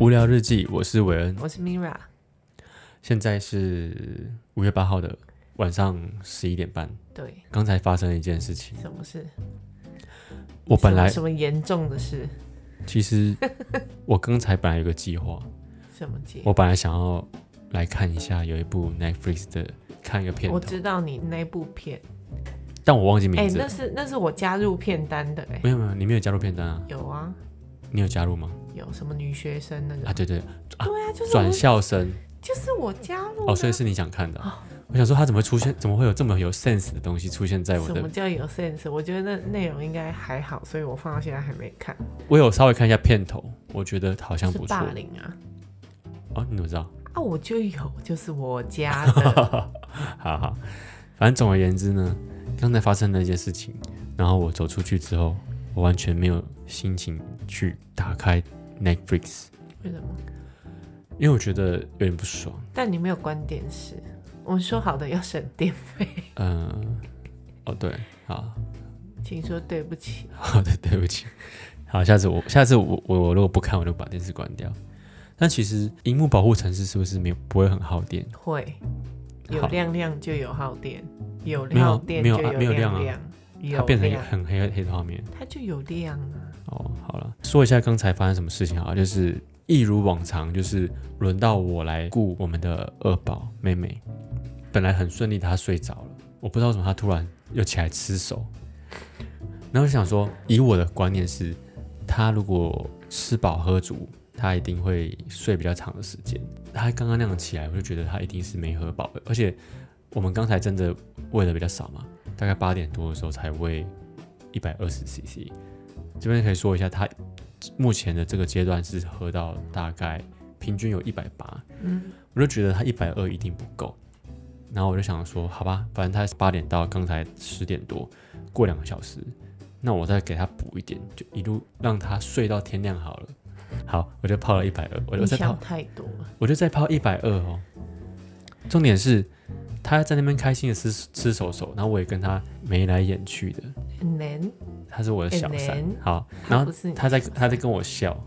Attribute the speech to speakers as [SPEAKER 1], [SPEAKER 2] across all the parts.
[SPEAKER 1] 无聊日记，我是韦恩。
[SPEAKER 2] 我是 Mira，
[SPEAKER 1] 现在是五月八号的晚上十一点半。
[SPEAKER 2] 对，
[SPEAKER 1] 刚才发生了一件事情，
[SPEAKER 2] 什么事？
[SPEAKER 1] 我本来
[SPEAKER 2] 什么什么严重的事？
[SPEAKER 1] 其实我刚才本来有个计划，
[SPEAKER 2] 什么节？
[SPEAKER 1] 我本来想要来看一下有一部 Netflix 的看一个片
[SPEAKER 2] 我
[SPEAKER 1] 头，
[SPEAKER 2] 知道你那部片，
[SPEAKER 1] 但我忘记
[SPEAKER 2] 哎、
[SPEAKER 1] 名字。
[SPEAKER 2] 那是那是我加入片单的、哎，
[SPEAKER 1] 没有没有，你没有加入片单啊？
[SPEAKER 2] 有啊，
[SPEAKER 1] 你有加入吗？
[SPEAKER 2] 有什么女学生那个？
[SPEAKER 1] 啊，对对，
[SPEAKER 2] 对啊，就是
[SPEAKER 1] 转
[SPEAKER 2] 我，
[SPEAKER 1] 校生
[SPEAKER 2] 就是我加入的啊、
[SPEAKER 1] 哦，所以是你想看的啊。
[SPEAKER 2] 哦
[SPEAKER 1] 我想说，他怎么会出现？怎么会有这么有 sense 的东西出现在我
[SPEAKER 2] 什
[SPEAKER 1] 的
[SPEAKER 2] 么叫有 sense？我觉得那内容应该还好，所以我放到现在还没看。
[SPEAKER 1] 我有稍微看一下片头，我觉得好像
[SPEAKER 2] 是
[SPEAKER 1] 不错
[SPEAKER 2] 霸。凌啊！
[SPEAKER 1] 哦，你怎么知道？
[SPEAKER 2] 啊，我就有，就是我 家的。
[SPEAKER 1] 好好，反正总而言之呢，刚才发生了一件事情，然后我走出去之后，我完全没有心情去打开 Netflix，
[SPEAKER 2] 为什么？
[SPEAKER 1] 因为我觉得有点不爽。
[SPEAKER 2] 但你没有关电视，我们说好的要省电，
[SPEAKER 1] 嗯、哦对，好，
[SPEAKER 2] 请说对不起。
[SPEAKER 1] 好的，对不起。好，下次我下次我我我如果不看，我就把电视关掉。但其实荧幕保护城市是不是没有不会很耗电？
[SPEAKER 2] 会有
[SPEAKER 1] 好
[SPEAKER 2] 亮亮就有耗电，有
[SPEAKER 1] 没有
[SPEAKER 2] 耗电
[SPEAKER 1] 没有
[SPEAKER 2] 就
[SPEAKER 1] 啊没有亮
[SPEAKER 2] 亮
[SPEAKER 1] 啊
[SPEAKER 2] 亮，
[SPEAKER 1] 它
[SPEAKER 2] 有
[SPEAKER 1] 变成一个
[SPEAKER 2] 亮
[SPEAKER 1] 很黑很黑的画面。
[SPEAKER 2] 它就有亮啊。
[SPEAKER 1] 哦，好了，说一下刚才发生什么事情啊，就是一如往常，就是轮到我来顾我们的二宝妹妹，本来很顺利，她睡着了，我不知道为什么她突然又起来吃手，然后我想说，以我的观念是，她如果吃饱喝足，她一定会睡比较长的时间。她刚刚那样起来，我就觉得她一定是没喝饱的，而且我们刚才真的喂的比较少嘛，大概八点多的时候才喂一百二十 CC。这边可以说一下，他目前的这个阶段是喝到大概平均有一百八，
[SPEAKER 2] 嗯，
[SPEAKER 1] 我就觉得他一百二一定不够，然后我就想说，好吧，反正他八点到刚才十点多，过两个小时，那我再给他补一点，就一路让他睡到天亮好了。好，我就泡了一百二，我就
[SPEAKER 2] 你
[SPEAKER 1] 再泡
[SPEAKER 2] 想，太多了。
[SPEAKER 1] 我就再泡一百二哦。重点是他在那边开心的吃吃手手，然后我也跟他眉来眼去的，
[SPEAKER 2] 很难，
[SPEAKER 1] 他是我的小三
[SPEAKER 2] And then，。
[SPEAKER 1] 好，
[SPEAKER 2] 他
[SPEAKER 1] 然后
[SPEAKER 2] 不是你
[SPEAKER 1] 他在
[SPEAKER 2] 小三
[SPEAKER 1] 他在跟我笑，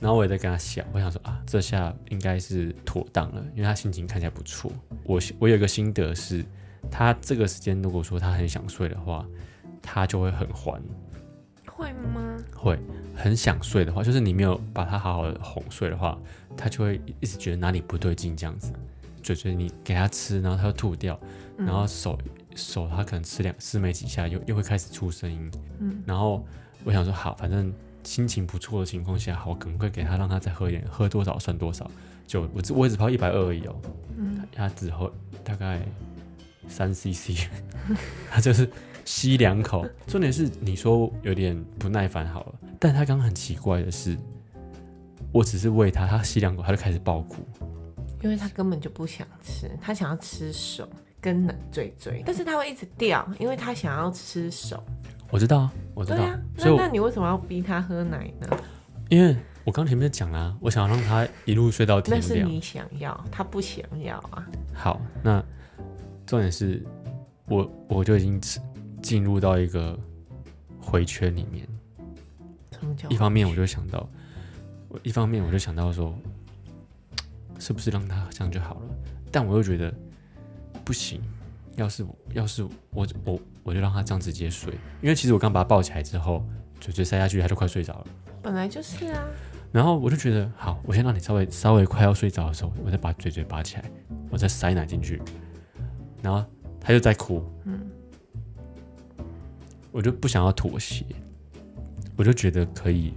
[SPEAKER 1] 然后我也在跟他笑。我想说啊，这下应该是妥当了，因为他心情看起来不错。我我有一个心得是，他这个时间如果说他很想睡的话，他就会很欢，
[SPEAKER 2] 会吗？
[SPEAKER 1] 会很想睡的话，就是你没有把他好好的哄睡的话，他就会一直觉得哪里不对劲这样子。嘴嘴你给他吃，然后他又吐掉，
[SPEAKER 2] 嗯
[SPEAKER 1] 然后手手他可能吃两吃没几下，又又会开始出声音。
[SPEAKER 2] 嗯，
[SPEAKER 1] 然后我想说好，反正心情不错的情况下，好，我赶快给他让他再喝一点，喝多少算多少。就我只我只泡一百二而已哦，
[SPEAKER 2] 嗯，
[SPEAKER 1] 他只喝大概三 CC，他 就是吸两口。重点是你说有点不耐烦好了，但他刚刚很奇怪的是，我只是喂他，他吸两口他就开始爆哭。
[SPEAKER 2] 因为他根本就不想吃，他想要吃手跟嘴嘴，但是他会一直掉，因为他想要吃手。
[SPEAKER 1] 我知道啊，我知
[SPEAKER 2] 对
[SPEAKER 1] 道，
[SPEAKER 2] 啊，
[SPEAKER 1] 所
[SPEAKER 2] 那
[SPEAKER 1] 以我
[SPEAKER 2] 那你为什么要逼他喝奶呢？
[SPEAKER 1] 因为我刚前面讲啦、我想要让他一路睡到天
[SPEAKER 2] 那是
[SPEAKER 1] 亮。
[SPEAKER 2] 你想要，他不想要啊。
[SPEAKER 1] 好，那重点是我我就已经吃进入到一个回圈里面。
[SPEAKER 2] 什么叫
[SPEAKER 1] 一方面我就想到，我一方面我就想到说，是不是让他这样就好了？但我又觉得不行，要是我要是我我我就让他这样直接睡，因为其实我刚把他抱起来之后，嘴嘴塞下去，他就快睡着了。
[SPEAKER 2] 本来就是啊，
[SPEAKER 1] 然后我就觉得，好，我先让你稍微稍微快要睡着的时候，我再把嘴嘴拔起来，我再塞奶进去，然后他又在哭，嗯，我就不想要妥协，我就觉得可以，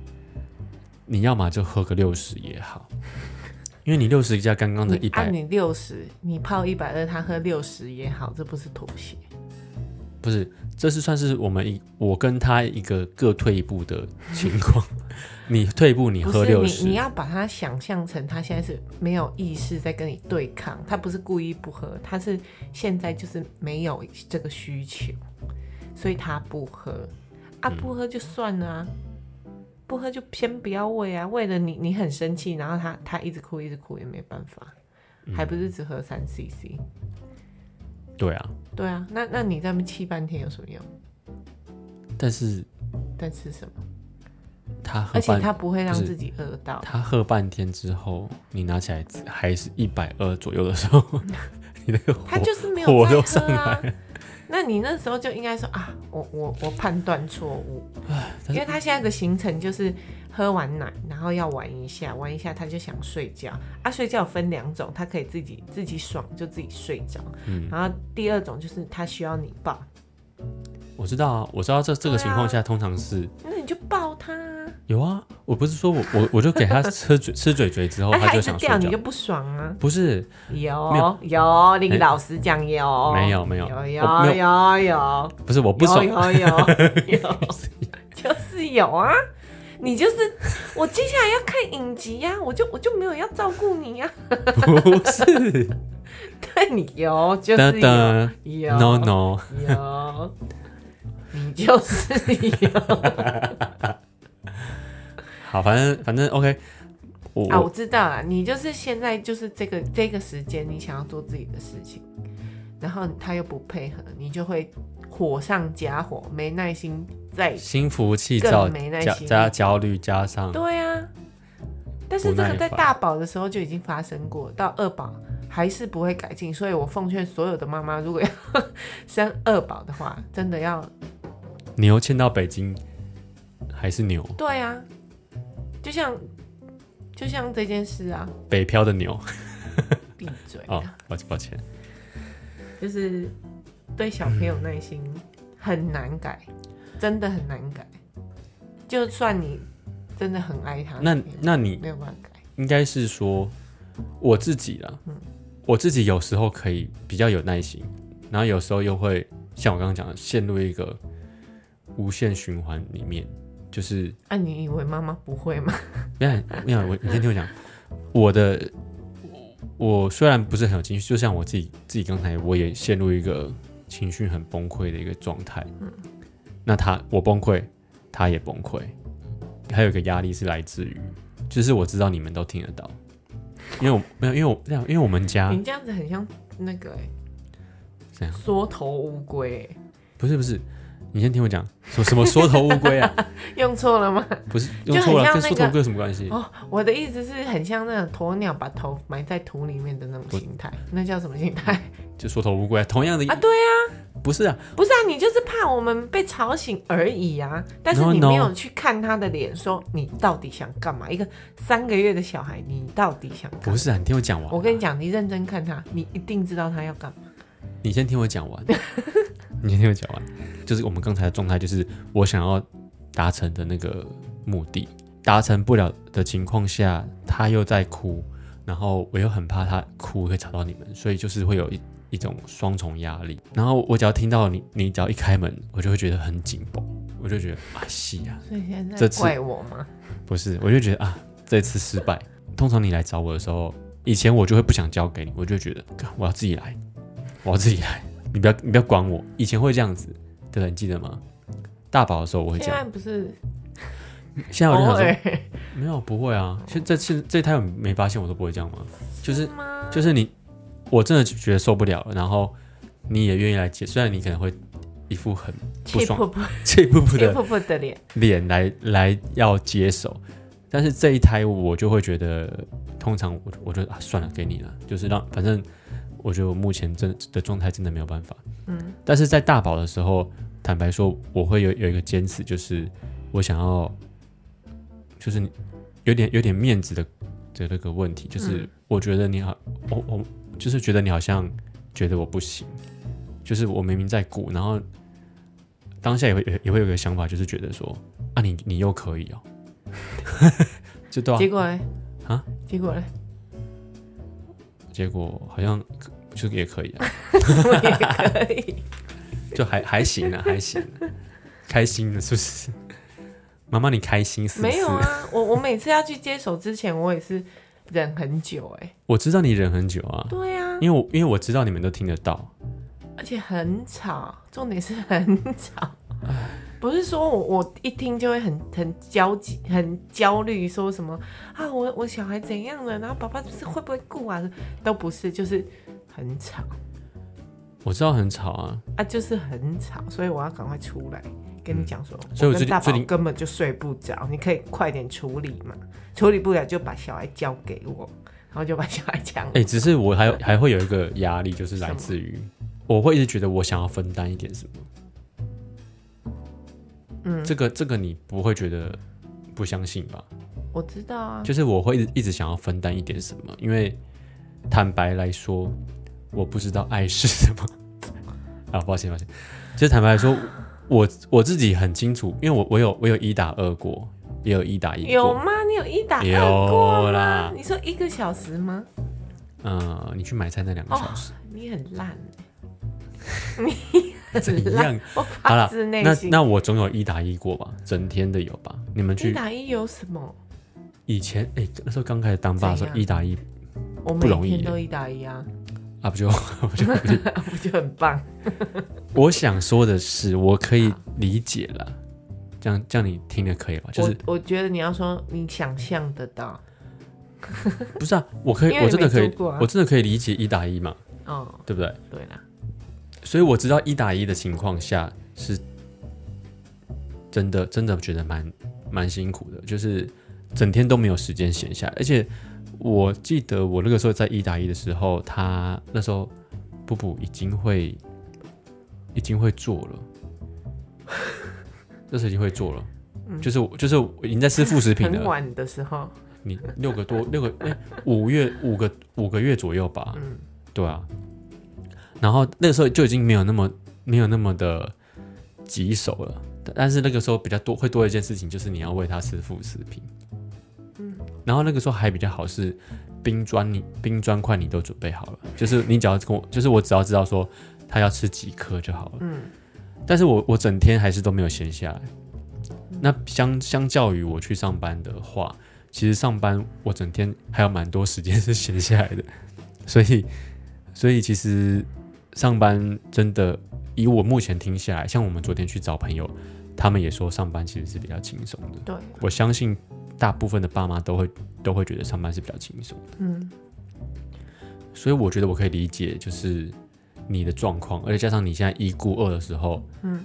[SPEAKER 1] 你要么就喝个六十也好， 因为你六十加刚刚的
[SPEAKER 2] 你
[SPEAKER 1] 一
[SPEAKER 2] 按
[SPEAKER 1] 百、
[SPEAKER 2] 你六十，你泡一百二，他喝六十也好，这不是妥协。
[SPEAKER 1] 不是，这是算是我们一我跟他一个各退一步的情 况，你退一步你
[SPEAKER 2] 不
[SPEAKER 1] 喝
[SPEAKER 2] 是
[SPEAKER 1] 六
[SPEAKER 2] 你，
[SPEAKER 1] 十，
[SPEAKER 2] 你要把它想象成他现在是没有意识在跟你对抗，他不是故意不喝，他是现在就是没有这个需求，所以他不喝啊，
[SPEAKER 1] 嗯
[SPEAKER 2] 不喝就算了啊，不喝就先不要喂啊，喂了你你很生气，然后他他一直哭一直哭也没办法，
[SPEAKER 1] 嗯
[SPEAKER 2] 还不是只喝三 CC。
[SPEAKER 1] 对啊，
[SPEAKER 2] 对啊，那那你在那边气半天有什么用？
[SPEAKER 1] 但是
[SPEAKER 2] 但是什么？
[SPEAKER 1] 他喝
[SPEAKER 2] 而且
[SPEAKER 1] 半，
[SPEAKER 2] 他不会让
[SPEAKER 1] 就是
[SPEAKER 2] 自己饿到。
[SPEAKER 1] 他喝半天之后，你拿起来还是一百二左右的时候， 你那个火
[SPEAKER 2] 他就是没
[SPEAKER 1] 火
[SPEAKER 2] 有
[SPEAKER 1] 都
[SPEAKER 2] 在
[SPEAKER 1] 上
[SPEAKER 2] 喝啊
[SPEAKER 1] 来。
[SPEAKER 2] 那你那时候就应该说啊，我我我判断错误，
[SPEAKER 1] 但是
[SPEAKER 2] 因为他现在的行程就是喝完奶，然后要玩一下，玩一下他就想睡觉。啊，睡觉有分两种，他可以自己自己爽就自己睡着，
[SPEAKER 1] 嗯
[SPEAKER 2] 然后第二种就是他需要你抱，
[SPEAKER 1] 我知道啊，我知道这这个情况下通常是
[SPEAKER 2] 那你就抱他啊，
[SPEAKER 1] 有啊，我不是说我我我就给他吃嘴吃嘴嘴之 后，
[SPEAKER 2] 啊
[SPEAKER 1] 哦他
[SPEAKER 2] 他
[SPEAKER 1] 就
[SPEAKER 2] 一直
[SPEAKER 1] 想睡
[SPEAKER 2] 掉你就
[SPEAKER 1] 觉。
[SPEAKER 2] 不爽啊。
[SPEAKER 1] 不是，
[SPEAKER 2] 有有，你
[SPEAKER 1] 哎
[SPEAKER 2] 老实讲有，
[SPEAKER 1] 没有没有
[SPEAKER 2] 有
[SPEAKER 1] 我
[SPEAKER 2] 有
[SPEAKER 1] 没
[SPEAKER 2] 有有。
[SPEAKER 1] 不是我不
[SPEAKER 2] 有
[SPEAKER 1] 爽，
[SPEAKER 2] 有有有，就是有啊。你就是我接下来要看影集呀、我就我就没有要照顾你呀、
[SPEAKER 1] 不 是，
[SPEAKER 2] 但你有就是
[SPEAKER 1] 等
[SPEAKER 2] 有
[SPEAKER 1] 等
[SPEAKER 2] 有
[SPEAKER 1] ，no no，
[SPEAKER 2] 有，你就是 有
[SPEAKER 1] 好，反正反正 OK，我
[SPEAKER 2] 啊！我
[SPEAKER 1] 我
[SPEAKER 2] 知道了，你就是现在就是这个这个时间，你想要做自己的事情，然后他又不配合，你就会火上加火，没耐心再
[SPEAKER 1] 心浮气
[SPEAKER 2] 更
[SPEAKER 1] 躁
[SPEAKER 2] 没耐
[SPEAKER 1] 加
[SPEAKER 2] 心
[SPEAKER 1] 加焦虑加上
[SPEAKER 2] 对啊，但是
[SPEAKER 1] 不
[SPEAKER 2] 这个
[SPEAKER 1] 耐
[SPEAKER 2] 在
[SPEAKER 1] 烦
[SPEAKER 2] 大宝的时候就已经发生过，到二宝还是不会改进，所以我奉劝所有的妈妈，如果要生二宝的话，真的要
[SPEAKER 1] 牛迁到北京还是牛，
[SPEAKER 2] 对啊，就像就像这件事啊，
[SPEAKER 1] 北漂的牛
[SPEAKER 2] 闭嘴啊、
[SPEAKER 1] 哦，抱歉抱歉，
[SPEAKER 2] 就是对小朋友耐心很难改，真的很难改，就算你真的很爱他，
[SPEAKER 1] 那
[SPEAKER 2] 你也
[SPEAKER 1] 那你
[SPEAKER 2] 没有办法改。
[SPEAKER 1] 应该是说我自己啦，我自己有时候可以比较有耐心，然后有时候又会像我刚刚讲的，陷入一个无限循环里面。就是，
[SPEAKER 2] 啊，你以为妈妈不会吗？
[SPEAKER 1] 没有，没有，哎我你先听我讲，我的我我虽然不是很有情绪，就像我自己自己刚才我也陷入一个情绪很崩溃的一个状态。
[SPEAKER 2] 嗯
[SPEAKER 1] 那他我崩溃，他也崩溃，还有一个压力是来自于，就是我知道你们都听得到，因为我没有，因为我这样，因为我们家
[SPEAKER 2] 你这样子很像那个、欸
[SPEAKER 1] 啊怎样？
[SPEAKER 2] 缩头乌龟，欸
[SPEAKER 1] 不是不是，你先听我讲，什么什么缩头乌龟 啊？
[SPEAKER 2] 用错了吗？
[SPEAKER 1] 不是
[SPEAKER 2] 就
[SPEAKER 1] 用错了，
[SPEAKER 2] 很像
[SPEAKER 1] 跟
[SPEAKER 2] 那
[SPEAKER 1] 缩头乌
[SPEAKER 2] 个
[SPEAKER 1] 龟有什么关系？
[SPEAKER 2] 哦，我的意思是很像那种鸵鸟把头埋在土里面的那种心态，那叫什么心态
[SPEAKER 1] 就缩头乌龟啊，同样的
[SPEAKER 2] 啊？对啊，
[SPEAKER 1] 不是啊，
[SPEAKER 2] 不是啊，你就是怕我们被吵醒而已啊。但是
[SPEAKER 1] No,
[SPEAKER 2] 你
[SPEAKER 1] no
[SPEAKER 2] 没有去看他的脸，说你到底想干嘛？一个三个月的小孩，你到底想干
[SPEAKER 1] 不
[SPEAKER 2] 嘛？
[SPEAKER 1] 是啊，你听我讲完。
[SPEAKER 2] 我跟你讲，你认真看他，你一定知道他要干嘛。
[SPEAKER 1] 你先听我讲完，你先听我讲完。就是我们刚才的状态，就是我想要达成的那个目的，达成不了的情况下，他又在哭，然后我又很怕他哭会吵到你们，所以就是会有一一种双重压力。然后我只要听到你，你只要一开门，我就会觉得很紧绷，我就觉得啊，是啊，
[SPEAKER 2] 所以现在
[SPEAKER 1] 这次
[SPEAKER 2] 怪我吗？
[SPEAKER 1] 不是，我就觉得啊，这次失败。通常你来找我的时候，以前我就会不想交给你，我就会觉得干我要自己来，我要自己来，你不要你不要管我。以前会这样子，对不对？你记得吗？大宝的时候我会这
[SPEAKER 2] 现
[SPEAKER 1] 样
[SPEAKER 2] 在，不是
[SPEAKER 1] 现在
[SPEAKER 2] 偶
[SPEAKER 1] 我就想
[SPEAKER 2] 尔
[SPEAKER 1] 说，没有不会啊。现这次这胎有没发现我都不会这样吗？就是
[SPEAKER 2] 吗？
[SPEAKER 1] 就是你，我真的觉得受不了了，然后你也愿意来接，虽然你可能会一副很不
[SPEAKER 2] 气
[SPEAKER 1] 爽
[SPEAKER 2] 噗噗，
[SPEAKER 1] 气噗噗
[SPEAKER 2] 气
[SPEAKER 1] 的
[SPEAKER 2] 噗噗的脸，
[SPEAKER 1] 脸来来要接手，但是这一胎我就会觉得，通常我我就啊算了，给你了，就是让反正我觉得我目前真的状态真的没有办法，嗯，但是在大宝的时候，坦白说我会有有一个坚持，就是我想要，就是你有点有点面子的的那个问题，就是
[SPEAKER 2] 嗯
[SPEAKER 1] 我觉得你好，我我就是觉得你好像觉得我不行，就是我明明在鼓，然后当下也会也也会有一个想法，就是觉得说啊你你又可以哦， 就对啊
[SPEAKER 2] 结，果呢？
[SPEAKER 1] 啊，
[SPEAKER 2] 结果呢？
[SPEAKER 1] 结果好像就也可以啊，
[SPEAKER 2] 我也可以。
[SPEAKER 1] 就还还行啊，还行啊、开心的是不是？妈妈你开心是不是？
[SPEAKER 2] 没有啊，我我每次要去接手之前，我也是忍很久哎、
[SPEAKER 1] 我知道你忍很久啊，
[SPEAKER 2] 对啊，
[SPEAKER 1] 因为我因为我知道你们都听得到，
[SPEAKER 2] 而且很吵，重点是很吵。不是说我我一听就会很很焦急、很焦虑，说什么啊我我小孩怎样了，然后爸爸是会不会顾啊，都不是，就是很吵
[SPEAKER 1] 我知道很吵啊，
[SPEAKER 2] 啊，就是很吵，所以我要赶快出来跟你讲说，
[SPEAKER 1] 嗯所以我
[SPEAKER 2] 跟
[SPEAKER 1] 最近
[SPEAKER 2] 大宝
[SPEAKER 1] 最近
[SPEAKER 2] 根本就睡不着，你可以快点处理嘛，处理不了就把小孩交给我，然后就把小孩抢。
[SPEAKER 1] 哎、只是我还有还会有一个压力，就是来自于我会一直觉得我想要分担一点什么。嗯，这个这个你不会觉得不相信吧？
[SPEAKER 2] 我知道啊，
[SPEAKER 1] 就是我会一直一直想要分担一点什么，因为坦白来说，我不知道爱是什么。 啊，抱歉抱歉，就是坦白来说，我我自己很清楚，因为我我有我有一打二过，也有一打一
[SPEAKER 2] 有
[SPEAKER 1] 过。
[SPEAKER 2] 吗？你有一打二
[SPEAKER 1] 有
[SPEAKER 2] 过吗
[SPEAKER 1] 啦？
[SPEAKER 2] 你说一个小时吗？
[SPEAKER 1] 嗯、你去买菜那两个小时、
[SPEAKER 2] 你很烂欸，
[SPEAKER 1] 怎
[SPEAKER 2] 你很烂
[SPEAKER 1] 样？，
[SPEAKER 2] 我
[SPEAKER 1] 好
[SPEAKER 2] 发
[SPEAKER 1] 了
[SPEAKER 2] 自，内
[SPEAKER 1] 那
[SPEAKER 2] 心。
[SPEAKER 1] 那我总有一打一过吧，整天的有吧？你们
[SPEAKER 2] 一
[SPEAKER 1] 去
[SPEAKER 2] 打一有什么？
[SPEAKER 1] 以前哎、那时候刚开始当爸的时候，
[SPEAKER 2] 怎样
[SPEAKER 1] 一打一
[SPEAKER 2] 我
[SPEAKER 1] 不容易
[SPEAKER 2] 每天
[SPEAKER 1] 耶
[SPEAKER 2] 都一打一啊，
[SPEAKER 1] 啊，不就 我就
[SPEAKER 2] 不就很棒？
[SPEAKER 1] 我想说的是，我可以
[SPEAKER 2] 啊
[SPEAKER 1] 理解了，这样这样你听的可以吧？就是
[SPEAKER 2] 我我觉得你要说你想象得到，
[SPEAKER 1] 不是啊？我可以
[SPEAKER 2] 因，为
[SPEAKER 1] 我真的
[SPEAKER 2] 你没
[SPEAKER 1] 可以
[SPEAKER 2] 做过啊，
[SPEAKER 1] 我真的可以理解一打一嘛，
[SPEAKER 2] 哦，
[SPEAKER 1] 对不对？
[SPEAKER 2] 对啦，
[SPEAKER 1] 所以我知道一打一的情况下是真的，真的觉得蛮蛮辛苦的，就是整天都没有时间闲下来。而且我记得我那个时候在一打一的时候，他那时候布布已经会已经会做了， 那时候已经会做了。就是我，就是我已经在吃副食品
[SPEAKER 2] 很
[SPEAKER 1] 了。
[SPEAKER 2] 晚的时候，
[SPEAKER 1] 你六个多六个哎五月五个五个月左右吧，
[SPEAKER 2] 嗯，
[SPEAKER 1] 对啊，然后那个时候就已经没有那么没有那么的棘手了，但但是那个时候比较多会多一件事情，就是你要喂它吃副食品。嗯，然后那个时候还比较好是冰砖你冰砖块你都准备好了，就是你只要跟我，就是我只要知道说它要吃几颗就好了。嗯，但是我我整天还是都没有闲下来。那相相较于我去上班的话，其实上班我整天还有蛮多时间是闲下来的， 所以所以其实上班真的，以我目前听下来，像我们昨天去找朋友，他们也说上班其实是比较轻松的。
[SPEAKER 2] 对，
[SPEAKER 1] 我相信大部分的爸妈都会都会觉得上班是比较轻松的，
[SPEAKER 2] 嗯，
[SPEAKER 1] 所以我觉得我可以理解，就是你的状况，而且加上你现在一顾二的时候，
[SPEAKER 2] 嗯，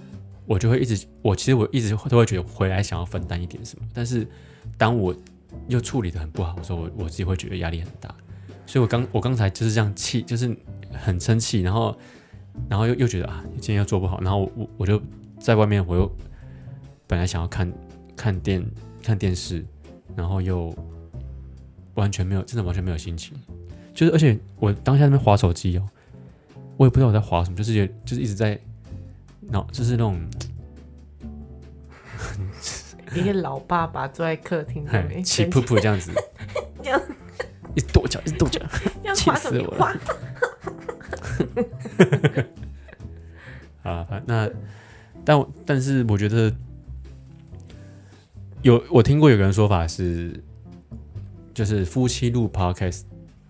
[SPEAKER 1] 我就会一直，我其实我一直都会觉得回来想要分担一点什么，但是当我又处理的很不好的时候，我我自己会觉得压力很大，所以我刚我刚才就是这样气，就是很生气，然后然后又又觉得啊，今天又做不好，然后我我我就在外面，我又本来想要看看电看电视，然后又完全没有，真的完全没有心情，就是而且我当下在那边划手机哦，我也不知道我在划什么，就是有就是一直在脑就是那种
[SPEAKER 2] 一个老爸爸坐在客厅里
[SPEAKER 1] 嘿
[SPEAKER 2] 面，
[SPEAKER 1] 哎起噗噗这样子，
[SPEAKER 2] 这样
[SPEAKER 1] 一直跺脚，一直跺脚，
[SPEAKER 2] 要
[SPEAKER 1] 气
[SPEAKER 2] 划
[SPEAKER 1] 死
[SPEAKER 2] 手机
[SPEAKER 1] 我了
[SPEAKER 2] 划，
[SPEAKER 1] 啊，反那但我但是我觉得有我听过有个人说法是，就是夫妻录 podcast，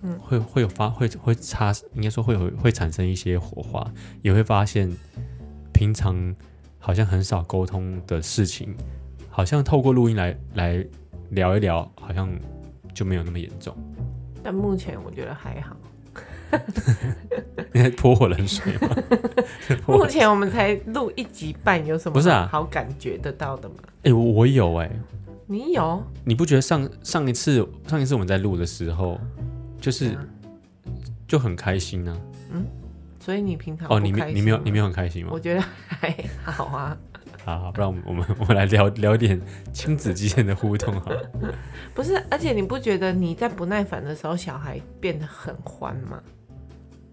[SPEAKER 2] 嗯
[SPEAKER 1] 会会有发会会差，应该说会有会产生一些火花，也会发现平常好像很少沟通的事情，好像透过录音来来聊一聊，好像就没有那么严重。
[SPEAKER 2] 但目前我觉得还好，
[SPEAKER 1] 你在泼我冷水吗？泼我
[SPEAKER 2] 目前我们才录一集半，有什么
[SPEAKER 1] 不是啊
[SPEAKER 2] 好感觉得到的吗？
[SPEAKER 1] 哎、我我有哎、
[SPEAKER 2] 你有
[SPEAKER 1] 你不觉得上上一次上一次我们在录的时候，就是、
[SPEAKER 2] 嗯
[SPEAKER 1] 就很开心呢、
[SPEAKER 2] 所以你平常
[SPEAKER 1] 哦，
[SPEAKER 2] 不
[SPEAKER 1] 你没
[SPEAKER 2] 开心
[SPEAKER 1] 你没有
[SPEAKER 2] 吗
[SPEAKER 1] 你没有很开心吗
[SPEAKER 2] 我？觉得还好啊，
[SPEAKER 1] 好好，不然我们我们我们来聊聊点亲子之间的互动好 了。
[SPEAKER 2] 不是，而且你不觉得你在不耐烦的时候，小孩变得很欢吗？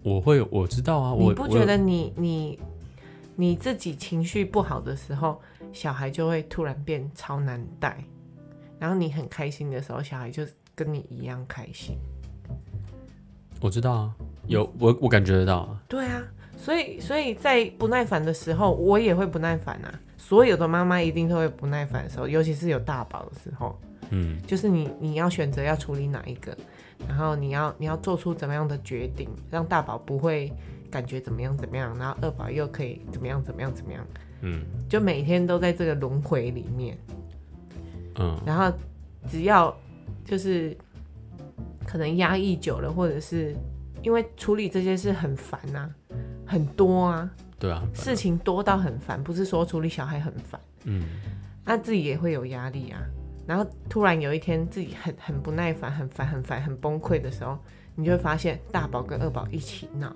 [SPEAKER 1] 我会有我知道啊，我
[SPEAKER 2] 你不觉得你你你自己情绪不好的时候，小孩就会突然变超难带，然后你很开心的时候，小孩就跟你一样开心。
[SPEAKER 1] 我我知道啊，有我我感觉得到啊，
[SPEAKER 2] 对啊，所以所以在不耐烦的时候，我也会不耐烦啊。所有的妈妈一定都会不耐烦的时候，尤其是有大宝的时候，
[SPEAKER 1] 嗯，
[SPEAKER 2] 就是你你要选择要处理哪一个，然后你要你要做出怎么样的决定，让大宝不会感觉怎么样怎么样，然后二宝又可以怎么样怎么样怎么样，
[SPEAKER 1] 嗯，
[SPEAKER 2] 就每天都在这个轮回里面，
[SPEAKER 1] 嗯
[SPEAKER 2] 然后只要就是可能压抑久了，或者是因为处理这些事很烦啊，很多啊，
[SPEAKER 1] 对啊，
[SPEAKER 2] 事情多到很烦，不是说处理小孩很烦，
[SPEAKER 1] 嗯，
[SPEAKER 2] 那自己也会有压力啊。然后突然有一天自己很很不耐烦、很烦、很烦、很崩溃的时候，你就会发现大宝跟二宝一起闹，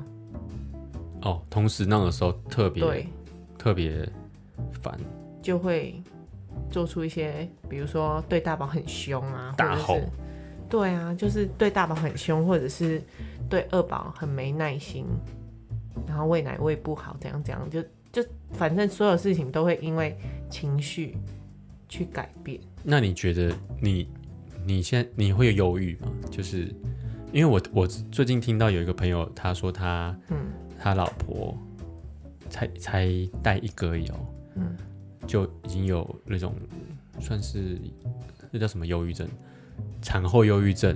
[SPEAKER 1] 哦，同时闹的时候特别
[SPEAKER 2] 对，
[SPEAKER 1] 特别烦，
[SPEAKER 2] 就会做出一些，比如说对大宝很凶啊，或
[SPEAKER 1] 大
[SPEAKER 2] 者
[SPEAKER 1] 吼
[SPEAKER 2] 是对啊，就是对大宝很凶，或者是对二宝很没耐心，然后喂奶喂不好，怎样怎样，就就反正所有事情都会因为情绪去改变。
[SPEAKER 1] 那你觉得你你现在你会有忧郁吗？就是因为我我最近听到有一个朋友，他说他
[SPEAKER 2] 嗯
[SPEAKER 1] 他老婆才才带一个月哦，
[SPEAKER 2] 嗯，
[SPEAKER 1] 就已经有那种算是那叫什么忧郁症，产后忧郁症。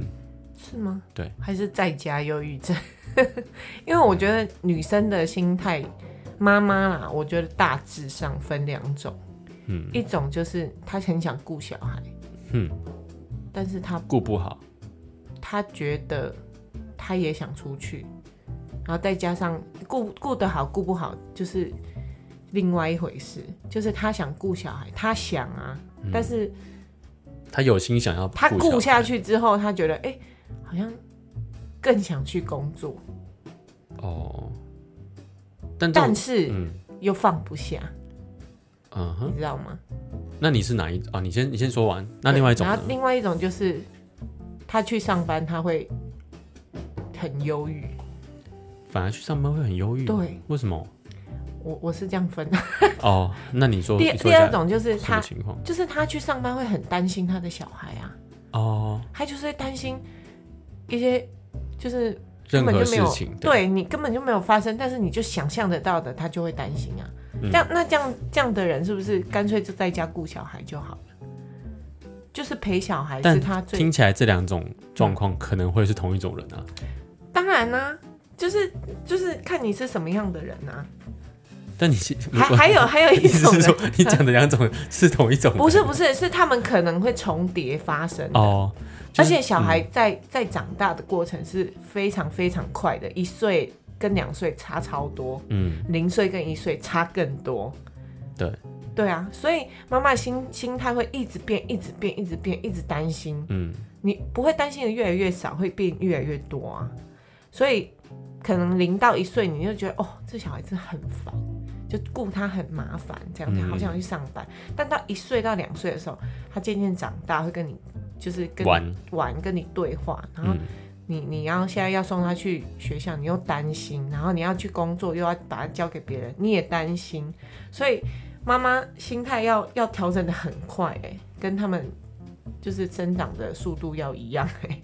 [SPEAKER 2] 是吗？
[SPEAKER 1] 对，
[SPEAKER 2] 还是在家忧郁症？ 因为我觉得女生的心态，妈妈啦，我觉得大致上分两种，
[SPEAKER 1] 嗯
[SPEAKER 2] 一种就是她很想顾小孩，
[SPEAKER 1] 哼，
[SPEAKER 2] 但是她
[SPEAKER 1] 顾不好，
[SPEAKER 2] 他觉得他也想出去，然后再加上顾顾得好顾不好就是另外一回事，就是他想顾小孩，他想啊，但是
[SPEAKER 1] 他有心想要
[SPEAKER 2] 他顾
[SPEAKER 1] 嗯顾
[SPEAKER 2] 下去之后，他觉得哎、诶好像更想去工作，
[SPEAKER 1] 哦，但这
[SPEAKER 2] 但
[SPEAKER 1] 种
[SPEAKER 2] 是
[SPEAKER 1] 嗯啊
[SPEAKER 2] 又放不下，
[SPEAKER 1] 嗯哼，
[SPEAKER 2] 你知道吗？
[SPEAKER 1] 那你是哪一啊？你先你先说完，那另外一种
[SPEAKER 2] 对然
[SPEAKER 1] 呢
[SPEAKER 2] 后？另外一种就是他去上班，他会很忧郁。
[SPEAKER 1] 反而去上班会很忧郁，
[SPEAKER 2] 对，
[SPEAKER 1] 为什么？
[SPEAKER 2] 我我是这样分。
[SPEAKER 1] 哦，那你说
[SPEAKER 2] 第
[SPEAKER 1] 你说一
[SPEAKER 2] 第二
[SPEAKER 1] 下
[SPEAKER 2] 种就是
[SPEAKER 1] 什么
[SPEAKER 2] 他，
[SPEAKER 1] 情况？
[SPEAKER 2] 就是他去上班会很担心他的小孩啊。
[SPEAKER 1] 哦，
[SPEAKER 2] 他就是会担心一些就是
[SPEAKER 1] 任
[SPEAKER 2] 根本
[SPEAKER 1] 何
[SPEAKER 2] 就
[SPEAKER 1] 事
[SPEAKER 2] 没有
[SPEAKER 1] 情，，
[SPEAKER 2] 对你根本就没有发生，但是你就想象得到的，他就会担心啊。
[SPEAKER 1] 嗯
[SPEAKER 2] 这样那这样这样的人是不是干脆就在家顾小孩就好了？就是陪小孩
[SPEAKER 1] 但
[SPEAKER 2] 是他最
[SPEAKER 1] 听起来这两种状况可能会是同一种人啊。
[SPEAKER 2] 嗯当然啦、就是就是看你是什么样的人啊。
[SPEAKER 1] 但你是如
[SPEAKER 2] 还
[SPEAKER 1] 果
[SPEAKER 2] 还有还有一
[SPEAKER 1] 你只
[SPEAKER 2] 种
[SPEAKER 1] 是说
[SPEAKER 2] 人，
[SPEAKER 1] 你讲的两种是同一种人，
[SPEAKER 2] 不是不是是他们可能会重叠发生的
[SPEAKER 1] 哦，就
[SPEAKER 2] 而
[SPEAKER 1] 是嗯
[SPEAKER 2] 且小孩在、在长大的过程是非常非常快的，一岁跟两岁差超多，
[SPEAKER 1] 嗯，
[SPEAKER 2] 零岁跟一岁差更多。
[SPEAKER 1] 对，
[SPEAKER 2] 对啊，所以妈妈心心态会一直变，一直变，一直变，一直担心。
[SPEAKER 1] 嗯
[SPEAKER 2] 你不会担心的越来越少，会变越来越多啊。所以可能零到一岁，你就觉得哦，这小孩子很烦，就顾他很麻烦，这样子
[SPEAKER 1] 嗯
[SPEAKER 2] 好想去上班。但到一岁到两岁的时候，他渐渐长大，会跟你就是跟你
[SPEAKER 1] 玩，
[SPEAKER 2] 玩，跟你对话，然后
[SPEAKER 1] 嗯
[SPEAKER 2] 你你要现在要送他去学校，你又担心，然后你要去工作，又要把他交给别人，你也担心，所以妈妈心态要要调整的很快、欸，跟他们就是增长的速度要一样、欸，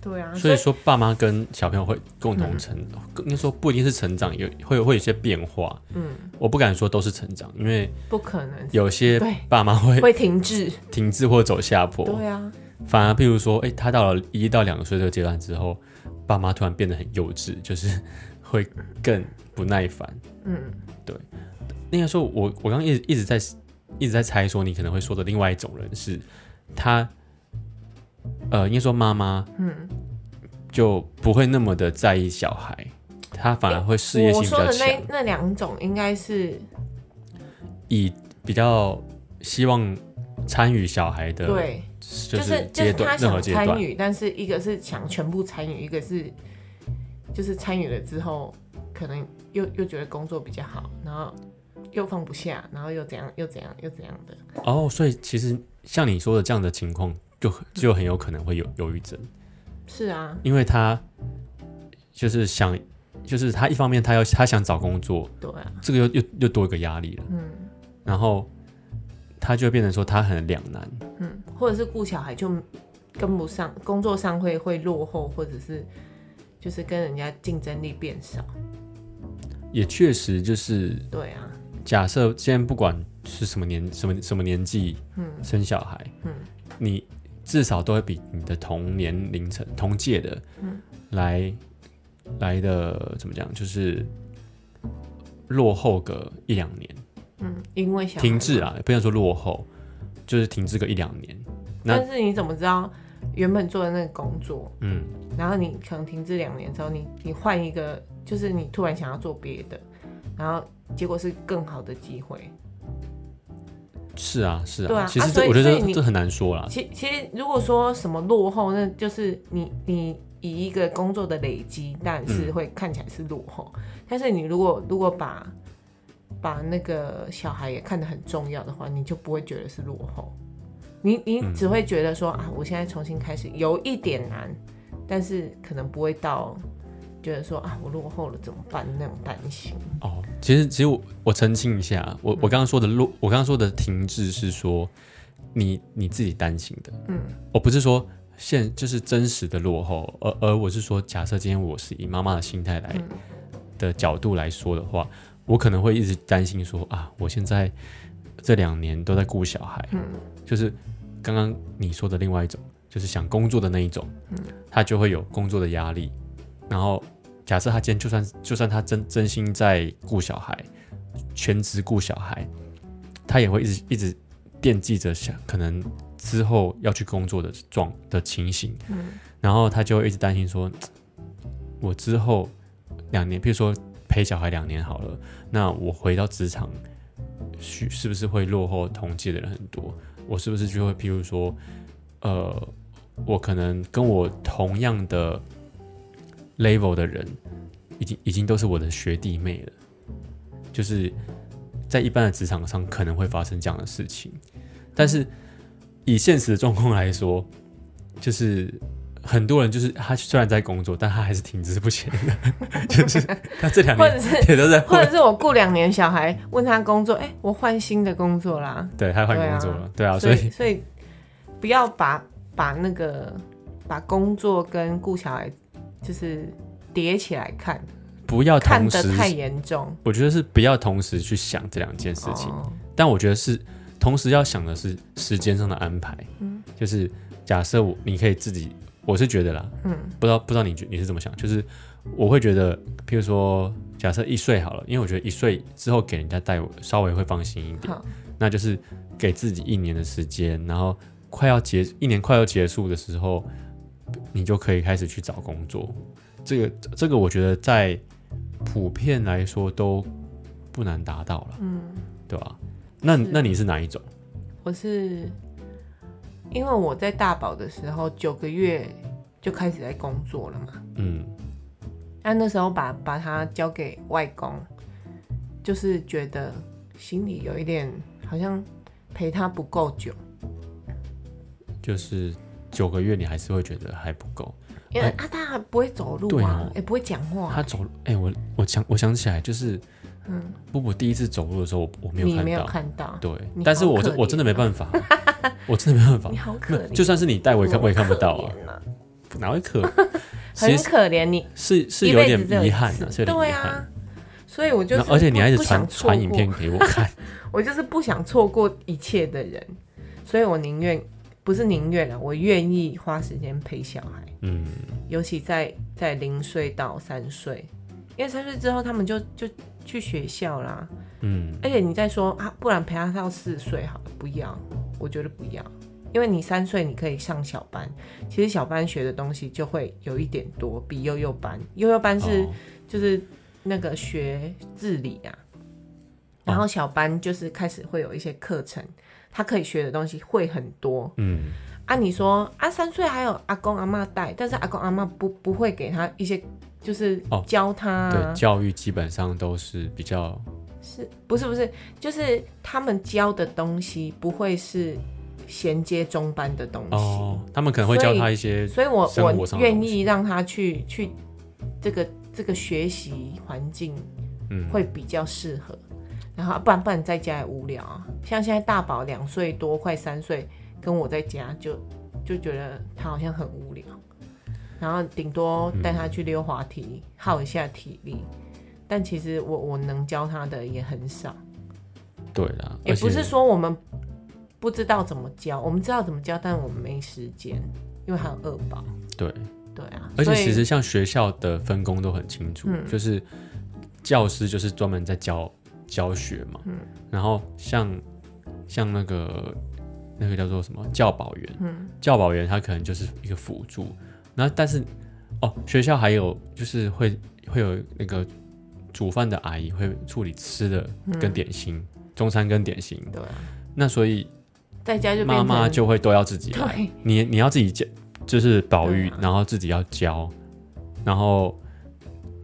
[SPEAKER 2] 对啊，
[SPEAKER 1] 所以说爸妈跟小朋友会共同成，应该说不一定是成长，有会有会有一些变化，
[SPEAKER 2] 嗯，
[SPEAKER 1] 我不敢说都是成长，因为
[SPEAKER 2] 不可能
[SPEAKER 1] 有些
[SPEAKER 2] 对
[SPEAKER 1] 爸妈会
[SPEAKER 2] 会停滞，
[SPEAKER 1] 停滞或走下坡，
[SPEAKER 2] 对啊，
[SPEAKER 1] 反而，譬如说，哎、他到了一到两岁这个阶段之后，爸妈突然变得很幼稚，就是会更不耐烦。
[SPEAKER 2] 嗯，
[SPEAKER 1] 那个时候，我我刚刚一直一直在一直在猜说，你可能会说的另外一种人是，他，呃，应该说妈妈，嗯，就不会那么的在意小孩，他反而会事业心
[SPEAKER 2] 我
[SPEAKER 1] 比
[SPEAKER 2] 说
[SPEAKER 1] 较
[SPEAKER 2] 的
[SPEAKER 1] 强，
[SPEAKER 2] 那那两种应该是
[SPEAKER 1] 以比较希望参与小孩的，，
[SPEAKER 2] 对，
[SPEAKER 1] 就
[SPEAKER 2] 就是就
[SPEAKER 1] 阶
[SPEAKER 2] 是他
[SPEAKER 1] 段任何
[SPEAKER 2] 想
[SPEAKER 1] 阶段
[SPEAKER 2] 参，与，但是一个是想全部参与，一个是就是参与了之后，可能又又觉得工作比较好，然后又放不下，然后又怎样又怎样又怎样的。
[SPEAKER 1] 哦，所以其实像你说的这样的情况，就就很有可能会有忧郁症，
[SPEAKER 2] 是啊，
[SPEAKER 1] 因为他就是想，就是他一方面他要他想找工作，
[SPEAKER 2] 对啊，
[SPEAKER 1] 这个又又又多一个压力了，
[SPEAKER 2] 嗯
[SPEAKER 1] 然后他就会变成说他很两难，
[SPEAKER 2] 嗯，或者是顾小孩就跟不上，工作上会会落后，或者是就是跟人家竞争力变少。
[SPEAKER 1] 也确实就是
[SPEAKER 2] 对啊，
[SPEAKER 1] 假设现在不管是什么年什么什么年纪
[SPEAKER 2] 嗯
[SPEAKER 1] 生小孩，
[SPEAKER 2] 嗯
[SPEAKER 1] 你至少都会比你的同年龄层同届的，
[SPEAKER 2] 嗯
[SPEAKER 1] 来来的怎么讲，就是落后个一两年，
[SPEAKER 2] 嗯，因为小孩
[SPEAKER 1] 停滞啦，啊不想说落后，就是停滞个一两年。那
[SPEAKER 2] 但是你怎么知道原本做的那个工作，
[SPEAKER 1] 嗯，
[SPEAKER 2] 然后你可能停滞两年之后，你你换一个，就是你突然想要做别的，然后结果是更好的机会。
[SPEAKER 1] 是啊，是
[SPEAKER 2] 对啊
[SPEAKER 1] 其
[SPEAKER 2] 啊
[SPEAKER 1] 实
[SPEAKER 2] 所
[SPEAKER 1] 这、
[SPEAKER 2] 以
[SPEAKER 1] 我觉
[SPEAKER 2] 所以
[SPEAKER 1] 得
[SPEAKER 2] 你
[SPEAKER 1] 这很难说啦。
[SPEAKER 2] 其其实如果说什么落后，那就是你你以一个工作的累积，但是会看起来是落后。但是你如果如果把把那个小孩也看得很重要的话，你就不会觉得是落后。你你只会觉得说、啊，我现在重新开始有一点难，但是可能不会到觉得说啊，我落后了怎么办那种担心。
[SPEAKER 1] 哦，其实其实我我澄清一下，啊我我刚刚说的落，我刚刚说的停滞是说你你自己担心的，嗯，我不是说现就是真实的落后，而而我是说，假设今天我是以妈妈的心态来、的角度来说的话，我可能会一直担心说啊，我现在这两年都在顾小孩，嗯，就是刚刚你说的另外一种，就是想工作的那一种，嗯，他就会有工作的压力，然后假设他今天就算就算他真真心在顾小孩，全职顾小孩，他也会一直一直惦记着想可能之后要去工作的状的情形，然后他就会一直担心说，我之后两年，譬如说陪小孩两年好了，那我回到职场，是是不是会落后同届的人很多？我是不是就会譬如说，呃，我可能跟我同样的 level 的人，已经已经都是我的学弟妹了，就是在一般的职场上可能会发生这样的事情，但是以现实的状况来说，就是很多人就是他虽然在工作，但他还是停滞不前的， 就是他这两
[SPEAKER 2] 或者
[SPEAKER 1] 年
[SPEAKER 2] 是
[SPEAKER 1] 也都在
[SPEAKER 2] 或
[SPEAKER 1] 混
[SPEAKER 2] 者，是我雇两年小孩，问他工作，哎、我换新的工作啦，
[SPEAKER 1] 对，他换工作了，对啊，所
[SPEAKER 2] 所
[SPEAKER 1] 以
[SPEAKER 2] 以所以不要把把那个把工作跟顾小孩就是叠起来看，
[SPEAKER 1] 不要
[SPEAKER 2] 看
[SPEAKER 1] 同
[SPEAKER 2] 得
[SPEAKER 1] 时
[SPEAKER 2] 太严重。
[SPEAKER 1] 我觉得是不要同时去想这两件事情，
[SPEAKER 2] 哦
[SPEAKER 1] 但我觉得是同时要想的是时间上的安排。
[SPEAKER 2] 嗯
[SPEAKER 1] 就是假设我你可以自己，我是觉得啦，
[SPEAKER 2] 嗯，
[SPEAKER 1] 不知道不知道你觉你是怎么想，就是我会觉得，譬如说假设一岁好了，因为我觉得一岁之后给人家带我稍微会放心一点
[SPEAKER 2] 好，
[SPEAKER 1] 那就是给自己一年的时间，然后快要结一年快要结束的时候，你就可以开始去找工作。这个这个我觉得在普遍来说都不难达到了，嗯，对吧、那
[SPEAKER 2] 是啊
[SPEAKER 1] 那你是哪一种？
[SPEAKER 2] 我是因为我在大宝的时候九个月就开始在工作了嘛，
[SPEAKER 1] 嗯，
[SPEAKER 2] 但那时候把把他交给外公，就是觉得心里有一点好像陪他不够久。
[SPEAKER 1] 就是九个月，你还是会觉得还不够。
[SPEAKER 2] 因为
[SPEAKER 1] 哎
[SPEAKER 2] 啊，他还不会走路
[SPEAKER 1] 对
[SPEAKER 2] 啊，
[SPEAKER 1] 哦
[SPEAKER 2] 也、不会讲话、
[SPEAKER 1] 他走路，哎、我我想我想起来，就是，嗯，布布第一次走路的时候，我我没有
[SPEAKER 2] 你
[SPEAKER 1] 看
[SPEAKER 2] 没有
[SPEAKER 1] 到，
[SPEAKER 2] 看到，
[SPEAKER 1] 对
[SPEAKER 2] 你，
[SPEAKER 1] 但是
[SPEAKER 2] 好
[SPEAKER 1] 我
[SPEAKER 2] 可
[SPEAKER 1] 真我真的
[SPEAKER 2] 怜
[SPEAKER 1] 没
[SPEAKER 2] 啊
[SPEAKER 1] 办法， 我真的没办法
[SPEAKER 2] 你，好
[SPEAKER 1] 没
[SPEAKER 2] 可
[SPEAKER 1] 有
[SPEAKER 2] 怜， 哦
[SPEAKER 1] 就算是你带我也看我也看不到
[SPEAKER 2] 多
[SPEAKER 1] 啊
[SPEAKER 2] 可，怜啊，
[SPEAKER 1] 哪会 可？其
[SPEAKER 2] 很
[SPEAKER 1] 实
[SPEAKER 2] 可怜你，
[SPEAKER 1] 是是
[SPEAKER 2] 一
[SPEAKER 1] 有
[SPEAKER 2] 辈
[SPEAKER 1] 点
[SPEAKER 2] 子只有
[SPEAKER 1] 遗
[SPEAKER 2] 一
[SPEAKER 1] 憾啊，
[SPEAKER 2] 次
[SPEAKER 1] 是有点
[SPEAKER 2] 对
[SPEAKER 1] 遗憾
[SPEAKER 2] 啊。。所以我就
[SPEAKER 1] 那
[SPEAKER 2] 是
[SPEAKER 1] 而且你
[SPEAKER 2] 不
[SPEAKER 1] 还一直
[SPEAKER 2] 不想
[SPEAKER 1] 传
[SPEAKER 2] 错
[SPEAKER 1] 传影
[SPEAKER 2] 过
[SPEAKER 1] 片给我 看，
[SPEAKER 2] 我就是不想错过一切的人，所以我宁愿不是宁愿了，我愿意花时间陪小孩，
[SPEAKER 1] 嗯，
[SPEAKER 2] 尤其在在零岁到三岁，因为三岁之后他们就就去学校啦，
[SPEAKER 1] 嗯，
[SPEAKER 2] 而且你再说啊，不然陪他到四岁好了，不要，我觉得不要，因为你三岁你可以上小班，其实小班学的东西就会有一点多，比幼幼班，幼幼班是、
[SPEAKER 1] 哦
[SPEAKER 2] 就是那个学自理啊，
[SPEAKER 1] 哦
[SPEAKER 2] 然后小班就是开始会有一些课程，他可以学的东西会很多
[SPEAKER 1] 嗯，
[SPEAKER 2] 啊。你说啊，三岁还有阿公阿妈带，但是阿公阿妈不不会给他一些就是
[SPEAKER 1] 哦
[SPEAKER 2] 教他、啊
[SPEAKER 1] 对，教育基本上都是比较，
[SPEAKER 2] 是不是不是？就是他们教的东西不会是衔接中班的东西，
[SPEAKER 1] 哦，他们可能会教
[SPEAKER 2] 所以
[SPEAKER 1] 他一些，
[SPEAKER 2] 所以我
[SPEAKER 1] 生活
[SPEAKER 2] 我
[SPEAKER 1] 上的
[SPEAKER 2] 愿
[SPEAKER 1] 东西
[SPEAKER 2] 意让他去去这个这个学习环境
[SPEAKER 1] 嗯，
[SPEAKER 2] 会比较适合。然后不然不然在家也无聊啊，像现在大宝两岁多，快三岁，跟我在家就就觉得他好像很无聊，然后顶多带他去溜滑梯，耗一下体力。但其实我我能教他的也很少，
[SPEAKER 1] 对啦，
[SPEAKER 2] 也
[SPEAKER 1] 而
[SPEAKER 2] 不
[SPEAKER 1] 且
[SPEAKER 2] 是说我们不知道怎么教，我们知道怎么教，但我们没时间，因为还有二宝。
[SPEAKER 1] 对，
[SPEAKER 2] 对啊，
[SPEAKER 1] 而且
[SPEAKER 2] 所以嗯
[SPEAKER 1] 其实像学校的分工都很清楚，就是教师就是专门在教教学嘛，
[SPEAKER 2] 嗯
[SPEAKER 1] 然后像像那个那个叫做什么教保员，
[SPEAKER 2] 嗯
[SPEAKER 1] 教保员他可能就是一个辅助，然后但是哦，学校还有就是会会有那个煮饭的阿姨会处理吃的
[SPEAKER 2] 嗯
[SPEAKER 1] 跟点心，中餐跟点心，
[SPEAKER 2] 对啊，
[SPEAKER 1] 那所以
[SPEAKER 2] 在家就变
[SPEAKER 1] 妈
[SPEAKER 2] 成
[SPEAKER 1] 妈就会都要自己来，
[SPEAKER 2] 对
[SPEAKER 1] 你你要自己教，就是保育，
[SPEAKER 2] 对啊
[SPEAKER 1] 然后自己要教，然后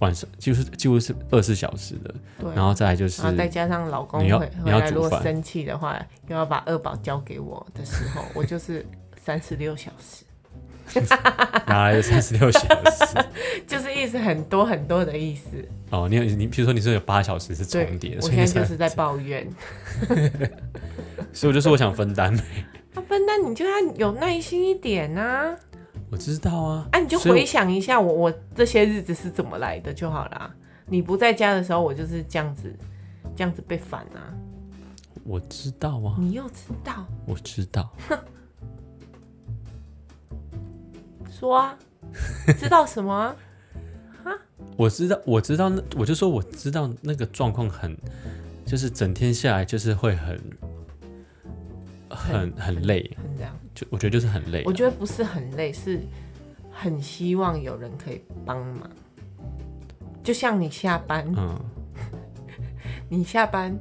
[SPEAKER 1] 晚上就是几乎是二十四小时的，
[SPEAKER 2] 对啊，
[SPEAKER 1] 然后再来就是
[SPEAKER 2] 然后再加上老公
[SPEAKER 1] 你要
[SPEAKER 2] 会
[SPEAKER 1] 你
[SPEAKER 2] 回
[SPEAKER 1] 要
[SPEAKER 2] 来，
[SPEAKER 1] 煮
[SPEAKER 2] 如果
[SPEAKER 1] 饭
[SPEAKER 2] 生气的话，又要把二宝交给我的时候，我就是三十六小时，
[SPEAKER 1] 拿来三十六小时。
[SPEAKER 2] 就是意思很多很多的意思。
[SPEAKER 1] 哦，你有你比如说你是有八小时是啊
[SPEAKER 2] 对
[SPEAKER 1] 重叠，的，
[SPEAKER 2] 我
[SPEAKER 1] 所
[SPEAKER 2] 现
[SPEAKER 1] 以你
[SPEAKER 2] 在
[SPEAKER 1] 才
[SPEAKER 2] 就是在抱怨。
[SPEAKER 1] 所以我就说我想分担，
[SPEAKER 2] 阿芬，啊那你就要有耐心一点呐、啊！
[SPEAKER 1] 我知道啊，
[SPEAKER 2] 你就
[SPEAKER 1] 所以
[SPEAKER 2] 回想一下我我这些日子是怎么来的就好啦。你不在家的时候，我就是这样子，这样子被烦啊。
[SPEAKER 1] 我知道啊，
[SPEAKER 2] 你又知道
[SPEAKER 1] 我知道，
[SPEAKER 2] 说啊，知道什么啊？
[SPEAKER 1] 我知道，我知道那，我就说我知道那个状况很，就是整天下来就是会很，很很累，
[SPEAKER 2] 很这样，
[SPEAKER 1] 就我觉得就是很累啊。
[SPEAKER 2] 我觉得不是很累，是很希望有人可以帮忙。就像你下班，
[SPEAKER 1] 嗯，
[SPEAKER 2] 你下班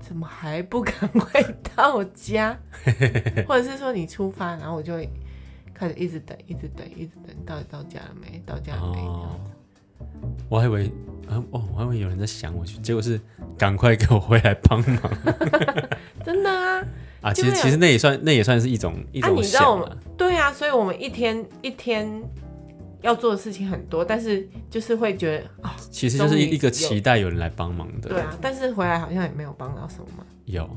[SPEAKER 2] 怎么还不赶快到 家？或者是说你出发，然后我就会开始一直等，一直等，一直等，到底到家了没？到家了没？这样
[SPEAKER 1] 哦，我还以为，啊哦，我还以为有人在想我去，结果是赶快给我回来帮忙
[SPEAKER 2] 真的啊，
[SPEAKER 1] 啊！其
[SPEAKER 2] 就
[SPEAKER 1] 实
[SPEAKER 2] 会有
[SPEAKER 1] 其实那也算那也算是一种一
[SPEAKER 2] 啊
[SPEAKER 1] 种
[SPEAKER 2] 你知道
[SPEAKER 1] 想
[SPEAKER 2] 我
[SPEAKER 1] 啊，
[SPEAKER 2] 对啊，所以我们一天一天要做的事情很多，但是就是会觉得啊、
[SPEAKER 1] 其实就是
[SPEAKER 2] 终于
[SPEAKER 1] 一个
[SPEAKER 2] 有
[SPEAKER 1] 期待有人来帮忙的，
[SPEAKER 2] 对啊，但是回来好像也没有帮到什么嘛。
[SPEAKER 1] 有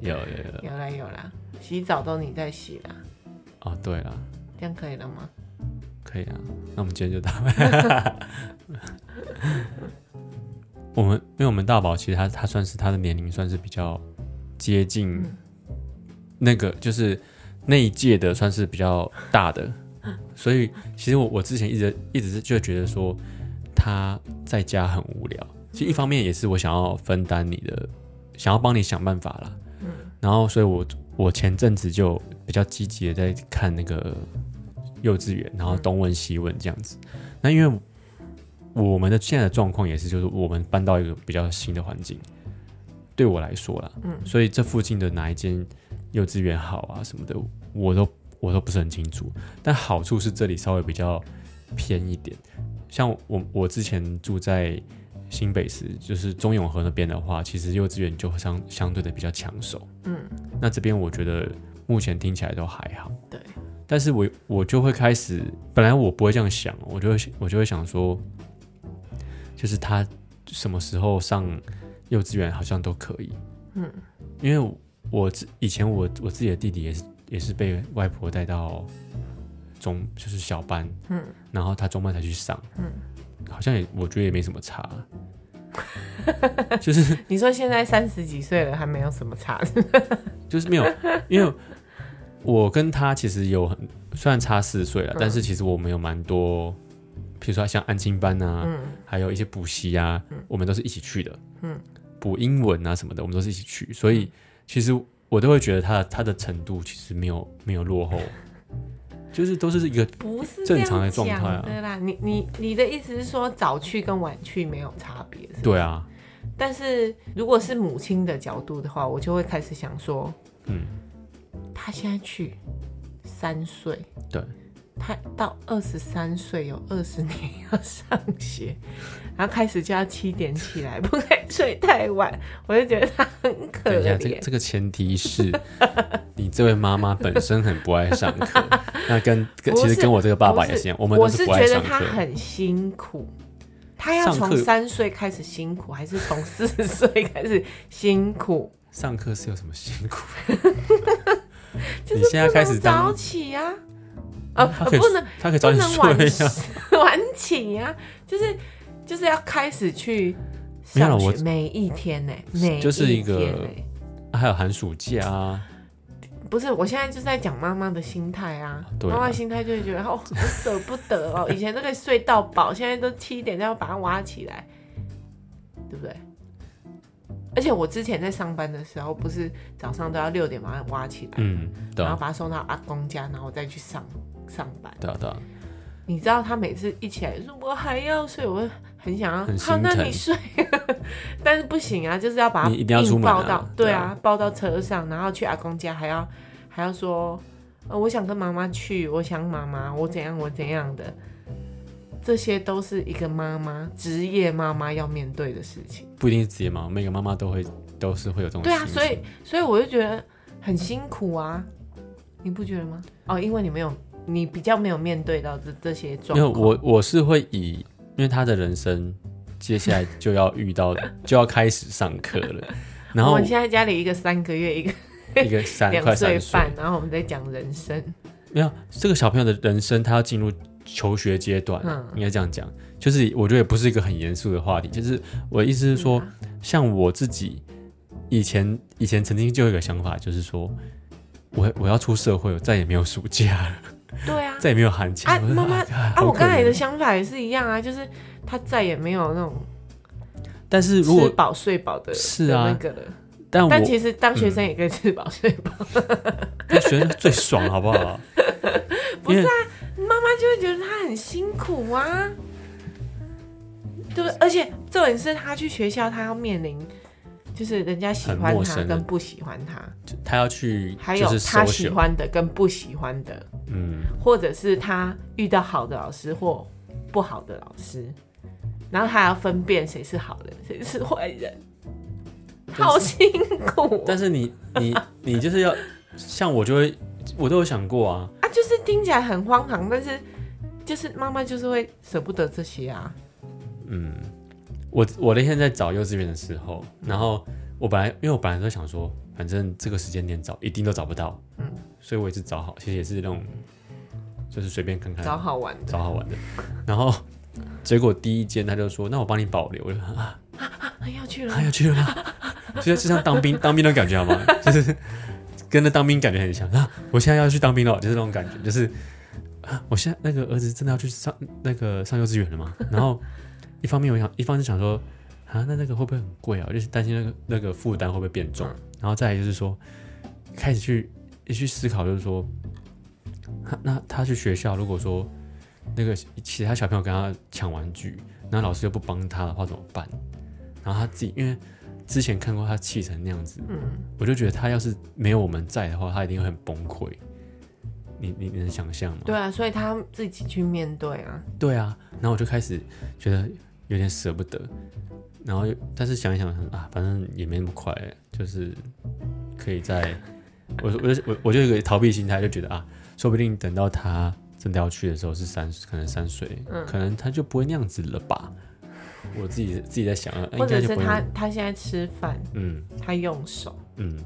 [SPEAKER 1] 有有有
[SPEAKER 2] 有啦有啦，洗澡都你在洗啦，
[SPEAKER 1] 哦，对了。
[SPEAKER 2] 这样可以了吗？
[SPEAKER 1] 可以啊，那我们今天就到。 我们因为我们大宝其实他他算是他的年龄算是比较接近
[SPEAKER 2] 嗯
[SPEAKER 1] 那个就是那一届的算是比较大的，所以其实我我之前一直一直是就觉得说他在家很无聊，其实一方面也是我想要分担你的，想要帮你想办法啦。然后所以我我前阵子就比较积极的在看那个幼稚园，然后东问西问这样子。那因为我们的现在的状况也是，就是我们搬到一个比较新的环境，对我来说啦，嗯，所以这附近的哪一间幼稚园好啊什么的，我都我都不是很清楚。但好处是这里稍微比较偏一点，像我我之前住在。新北市就是中永和那边的话，其实幼稚园就相相对的比较抢手。那这边我觉得目前听起来都还好。
[SPEAKER 2] 对，
[SPEAKER 1] 但是我我就会开始，本来我不会这样想，我就会我就会想说，就是他什么时候上幼稚园好像都可以。嗯，因为我自以前我我自己的弟弟也是也是被外婆带到中就是小班，嗯，然后他中班才去上，嗯，好像也我觉得也没什么 差。就是
[SPEAKER 2] 你说现在三十几岁了，还没有什么差，
[SPEAKER 1] 就是没有，因为我跟他其实有很虽然差四岁了，但
[SPEAKER 2] 嗯
[SPEAKER 1] 是其实我们有蛮多，譬如说像安亲班啊，
[SPEAKER 2] 嗯
[SPEAKER 1] 还有一些补习啊，我们都是一起去的，嗯，补英文啊什么的，我们都是一起去，所
[SPEAKER 2] 嗯
[SPEAKER 1] 以其实我都会觉得他的他的程度其实没有没有 落后，就是都是一个
[SPEAKER 2] 不是
[SPEAKER 1] 正常的状态
[SPEAKER 2] 这
[SPEAKER 1] 啊
[SPEAKER 2] 样讲的啦。你你你的意思是说早去跟晚去没有差别？是吗
[SPEAKER 1] 对啊，
[SPEAKER 2] 但是如果是母亲的角度的话，我就会开始想说，
[SPEAKER 1] 嗯，
[SPEAKER 2] 他现在去三岁，
[SPEAKER 1] 对，
[SPEAKER 2] 他到二十三岁有二十年要上学，然后开始就要七点起来，不可以睡太晚，我就觉得他很可
[SPEAKER 1] 等一下，这个
[SPEAKER 2] 怜。
[SPEAKER 1] 这个前提是你这位妈妈本身很不爱上 课，那跟跟
[SPEAKER 2] 不
[SPEAKER 1] 其
[SPEAKER 2] 是
[SPEAKER 1] 实跟我这个爸爸也
[SPEAKER 2] 不
[SPEAKER 1] 是一
[SPEAKER 2] 是
[SPEAKER 1] 样，我们
[SPEAKER 2] 哦我
[SPEAKER 1] 都
[SPEAKER 2] 是
[SPEAKER 1] 不爱
[SPEAKER 2] 觉得
[SPEAKER 1] 上
[SPEAKER 2] 他
[SPEAKER 1] 课。
[SPEAKER 2] 很辛苦，他要
[SPEAKER 1] 上课
[SPEAKER 2] 从三岁开始辛苦，还是从四十岁开始辛苦？
[SPEAKER 1] 上课是有什么辛苦？你现在开始
[SPEAKER 2] 不能早
[SPEAKER 1] 当，
[SPEAKER 2] 起呀、啊，
[SPEAKER 1] 他
[SPEAKER 2] 呃，
[SPEAKER 1] 可以
[SPEAKER 2] 不能
[SPEAKER 1] 他可以
[SPEAKER 2] 不
[SPEAKER 1] 早点
[SPEAKER 2] 能晚
[SPEAKER 1] 睡啊。
[SPEAKER 2] 晚起 呀、就是就是要开始去
[SPEAKER 1] 没有
[SPEAKER 2] 上
[SPEAKER 1] 啦我
[SPEAKER 2] 学，每一天呢、每
[SPEAKER 1] 就是一个
[SPEAKER 2] 天欸
[SPEAKER 1] 还有寒暑假啊，
[SPEAKER 2] 不是，我现在就是在讲妈妈的心态啊。
[SPEAKER 1] 对啊
[SPEAKER 2] 妈妈心态就会觉得哦，好舍不 得哦，以前都可以睡到饱，现在都七点就要把它挖起来，对不对？而且我之前在上班的时候，不是早上都要六点把它挖起来，
[SPEAKER 1] 嗯，对
[SPEAKER 2] 然后
[SPEAKER 1] 啊，
[SPEAKER 2] 把它送到阿公家，然后再去上上班。
[SPEAKER 1] 对啊，对啊，
[SPEAKER 2] 你知道他每次一起来就说我还要睡，我很想要，
[SPEAKER 1] 很
[SPEAKER 2] 好，
[SPEAKER 1] 心
[SPEAKER 2] 那
[SPEAKER 1] 疼
[SPEAKER 2] 你睡，但是不行啊，就是要把它
[SPEAKER 1] 你一定要出
[SPEAKER 2] 硬
[SPEAKER 1] 门啊
[SPEAKER 2] 抱到，
[SPEAKER 1] 对
[SPEAKER 2] 对
[SPEAKER 1] 啊
[SPEAKER 2] 啊，抱到车上，然后去阿公家，还要还要说，呃，我想跟妈妈去，我想妈妈，我怎样，我怎样的，这些都是一个妈妈，职业妈妈要面对的事情。
[SPEAKER 1] 不一定是职业嘛，每个妈妈都会都哦是会有这种
[SPEAKER 2] 对啊，
[SPEAKER 1] 心
[SPEAKER 2] 所以
[SPEAKER 1] 情
[SPEAKER 2] 所以我就觉得很辛苦啊，你不觉得吗？哦，因为你没有，你比较没有面对到这这些状
[SPEAKER 1] 没有
[SPEAKER 2] 况。
[SPEAKER 1] 我我是会以，因为他的人生接下来就要遇 到就要开始上课了，然
[SPEAKER 2] 我
[SPEAKER 1] 后
[SPEAKER 2] 们现在家里一个三个月，一个
[SPEAKER 1] 一 个三快
[SPEAKER 2] 两
[SPEAKER 1] 三
[SPEAKER 2] 岁
[SPEAKER 1] 岁，
[SPEAKER 2] 半，然后我们在讲人生。
[SPEAKER 1] 没有这个小朋友的人生，他要进入求学阶段，
[SPEAKER 2] 嗯
[SPEAKER 1] 应该这样讲。就是我觉得也不是一个很严肃的话题，就是我的意思是说，
[SPEAKER 2] 嗯啊
[SPEAKER 1] 像我自己以前以前曾经就有一个想法，就是说我我要出社会，我再也没有暑假了，
[SPEAKER 2] 对啊，
[SPEAKER 1] 再也没有寒假。
[SPEAKER 2] 啊
[SPEAKER 1] 我就
[SPEAKER 2] 妈妈
[SPEAKER 1] 啊
[SPEAKER 2] 啊，我刚才，
[SPEAKER 1] 好可
[SPEAKER 2] 的
[SPEAKER 1] 怜
[SPEAKER 2] 想法也是一样啊，就是他再也没有那种
[SPEAKER 1] 但是如
[SPEAKER 2] 吃
[SPEAKER 1] 果
[SPEAKER 2] 饱睡饱的
[SPEAKER 1] 是
[SPEAKER 2] 的
[SPEAKER 1] 啊
[SPEAKER 2] 那个了。
[SPEAKER 1] 但我
[SPEAKER 2] 但其实当学生也可以吃饱睡饱，
[SPEAKER 1] 但学生最爽，好不 好？
[SPEAKER 2] 不
[SPEAKER 1] 因为
[SPEAKER 2] 是啊，妈妈就会觉得他很辛苦啊，对不对？而且重点是他去学校，他要面临就是人家喜
[SPEAKER 1] 很
[SPEAKER 2] 欢
[SPEAKER 1] 陌生
[SPEAKER 2] 他
[SPEAKER 1] 人
[SPEAKER 2] 跟不喜欢他，
[SPEAKER 1] 他要去
[SPEAKER 2] 还
[SPEAKER 1] 就
[SPEAKER 2] 有
[SPEAKER 1] 是
[SPEAKER 2] 他
[SPEAKER 1] social，
[SPEAKER 2] 喜欢的跟不喜欢的，
[SPEAKER 1] 嗯，
[SPEAKER 2] 或者是他遇到好的老师或不好的老师，然后他还要分辨谁是好人，谁是坏人，
[SPEAKER 1] 是
[SPEAKER 2] 好辛苦哦、
[SPEAKER 1] 但是你你你就是要像我就会，我都有想过啊，
[SPEAKER 2] 啊！就是听起来很荒唐，但是就是妈妈就是会舍不得这些啊。
[SPEAKER 1] 嗯，我我那天在找幼稚园的时候，然后我本来因为我本来都想说，反正这个时间点找一定都找不到，嗯
[SPEAKER 2] 嗯，
[SPEAKER 1] 所以我也是找好，其实也是那种就是随便看看
[SPEAKER 2] 找好玩的
[SPEAKER 1] 找好玩的，然后结果第一间他就说，那我帮你保留，我就啊
[SPEAKER 2] 啊，要去了
[SPEAKER 1] 还，有去了吗？ 就像就像当兵当兵那种感觉好吗？ 就是跟那当兵感觉很像啊！我现在要去当兵了，就是那种感觉，就是啊，我现在那个儿子真的要去上那个上幼稚园了嘛？然后一方面我想，一方面想说啊，那那个会不会很贵啊？我就是担心那个那个负担会不会变重
[SPEAKER 2] 嗯。
[SPEAKER 1] 然后再来就是说，开始去去思考，就是说，他那他去学校，如果说那个其他小朋友跟他抢玩具，然后老师又不帮他的话怎么办？然后他自己因为之前看过他气成那样子，
[SPEAKER 2] 嗯，
[SPEAKER 1] 我就觉得他要是没有我们在的话，他一定会很崩溃。你你你能想象吗？
[SPEAKER 2] 对啊，所以他自己去面对啊。
[SPEAKER 1] 对啊，然后我就开始觉得有点舍不得，然后又但是想一想啊，反正也没那么快，就是可以在，我我就我我就有一个逃避心态，就觉得啊，说不定等到他真的要去的时候是三，可能三岁，
[SPEAKER 2] 嗯
[SPEAKER 1] 可能他就不会那样子了吧。我自己自己在想，啊
[SPEAKER 2] 或
[SPEAKER 1] 应
[SPEAKER 2] 者
[SPEAKER 1] 该就是不会
[SPEAKER 2] 他
[SPEAKER 1] 那，
[SPEAKER 2] 他现在吃饭，
[SPEAKER 1] 嗯
[SPEAKER 2] 他用手，
[SPEAKER 1] 嗯，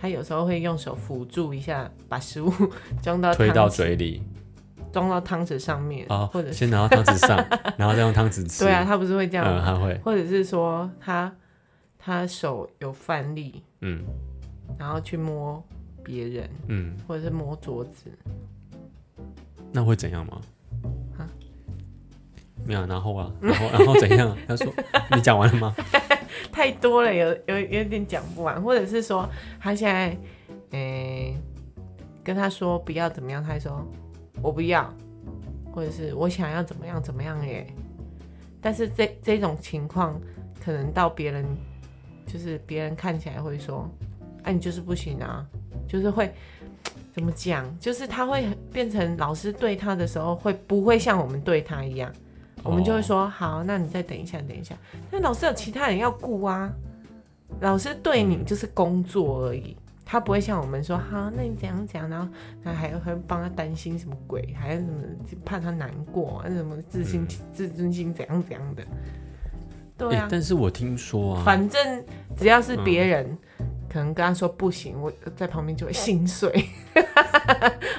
[SPEAKER 2] 他有时候会用手辅助一下，把食物 装到
[SPEAKER 1] 推
[SPEAKER 2] 汤
[SPEAKER 1] 到
[SPEAKER 2] 匙，
[SPEAKER 1] 嘴里
[SPEAKER 2] 装到汤匙上面，
[SPEAKER 1] 啊
[SPEAKER 2] 或者，是
[SPEAKER 1] 先拿到汤匙 上，然后再用汤匙吃。
[SPEAKER 2] 对啊，，他不是会这样
[SPEAKER 1] 嗯，他会，
[SPEAKER 2] 或者是说他他手有饭粒，
[SPEAKER 1] 嗯
[SPEAKER 2] 然后去摸别人，
[SPEAKER 1] 嗯，
[SPEAKER 2] 或者是摸桌子，
[SPEAKER 1] 那会怎样吗
[SPEAKER 2] 啊？
[SPEAKER 1] 没有啊，然后啊，然后然后怎样 啊？他说你讲完了吗？
[SPEAKER 2] 太多了，有有有点讲不完，或者是说他现在，诶、跟他说不要怎么样，他还说我不要，或者是我想要怎么样怎么样耶，但是这这种情况可能到别人，就是别人看起来会说，啊你就是不行啊，就是会。怎么讲？就是他会变成老师对他的时候，会不会像我们对他一样？
[SPEAKER 1] 哦
[SPEAKER 2] 我们就会说好，那你再等一下，等一下。但老师有其他人要顾啊，老师对你就是工作而已，他不会像我们说好，那你怎样怎样，然后那还还帮他担心什么鬼，还有什么怕他难过，还有什么自信、自尊心怎样怎样的。
[SPEAKER 1] 哦，
[SPEAKER 2] 对
[SPEAKER 1] 嗯诶
[SPEAKER 2] 啊，
[SPEAKER 1] 但是嗯我听说啊，
[SPEAKER 2] 反正只要是别人、可能跟他说不行，我在旁边就会心碎。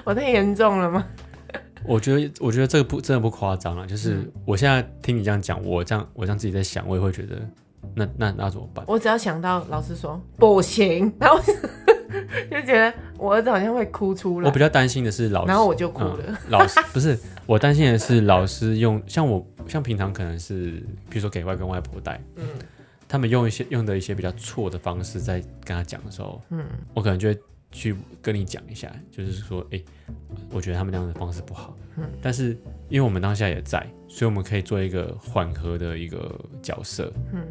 [SPEAKER 2] 我太严重了吗？
[SPEAKER 1] 我觉得我觉得这个不真的不夸张啊，
[SPEAKER 2] 嗯
[SPEAKER 1] 就是我现在听你这样讲，我这样我这样自己在想，我也会觉得，那那那怎么办？
[SPEAKER 2] 我只要想到老师说不行， 然后我就觉得我儿子好像会哭出
[SPEAKER 1] 我
[SPEAKER 2] 来
[SPEAKER 1] 比，较担心的是老师
[SPEAKER 2] 然后我就哭了。
[SPEAKER 1] 嗯 老师不是我担心的是老师用像我像平常可能是比如说给外公外婆带，嗯，他们用一些用的一些比较错的方式在跟他讲的时候，嗯，我可能就会去跟你讲一下，就是说，哎、我觉得他们那样的方式不好。但是因为我们当下也在，所以我们可以做一个缓和的一个角色。嗯，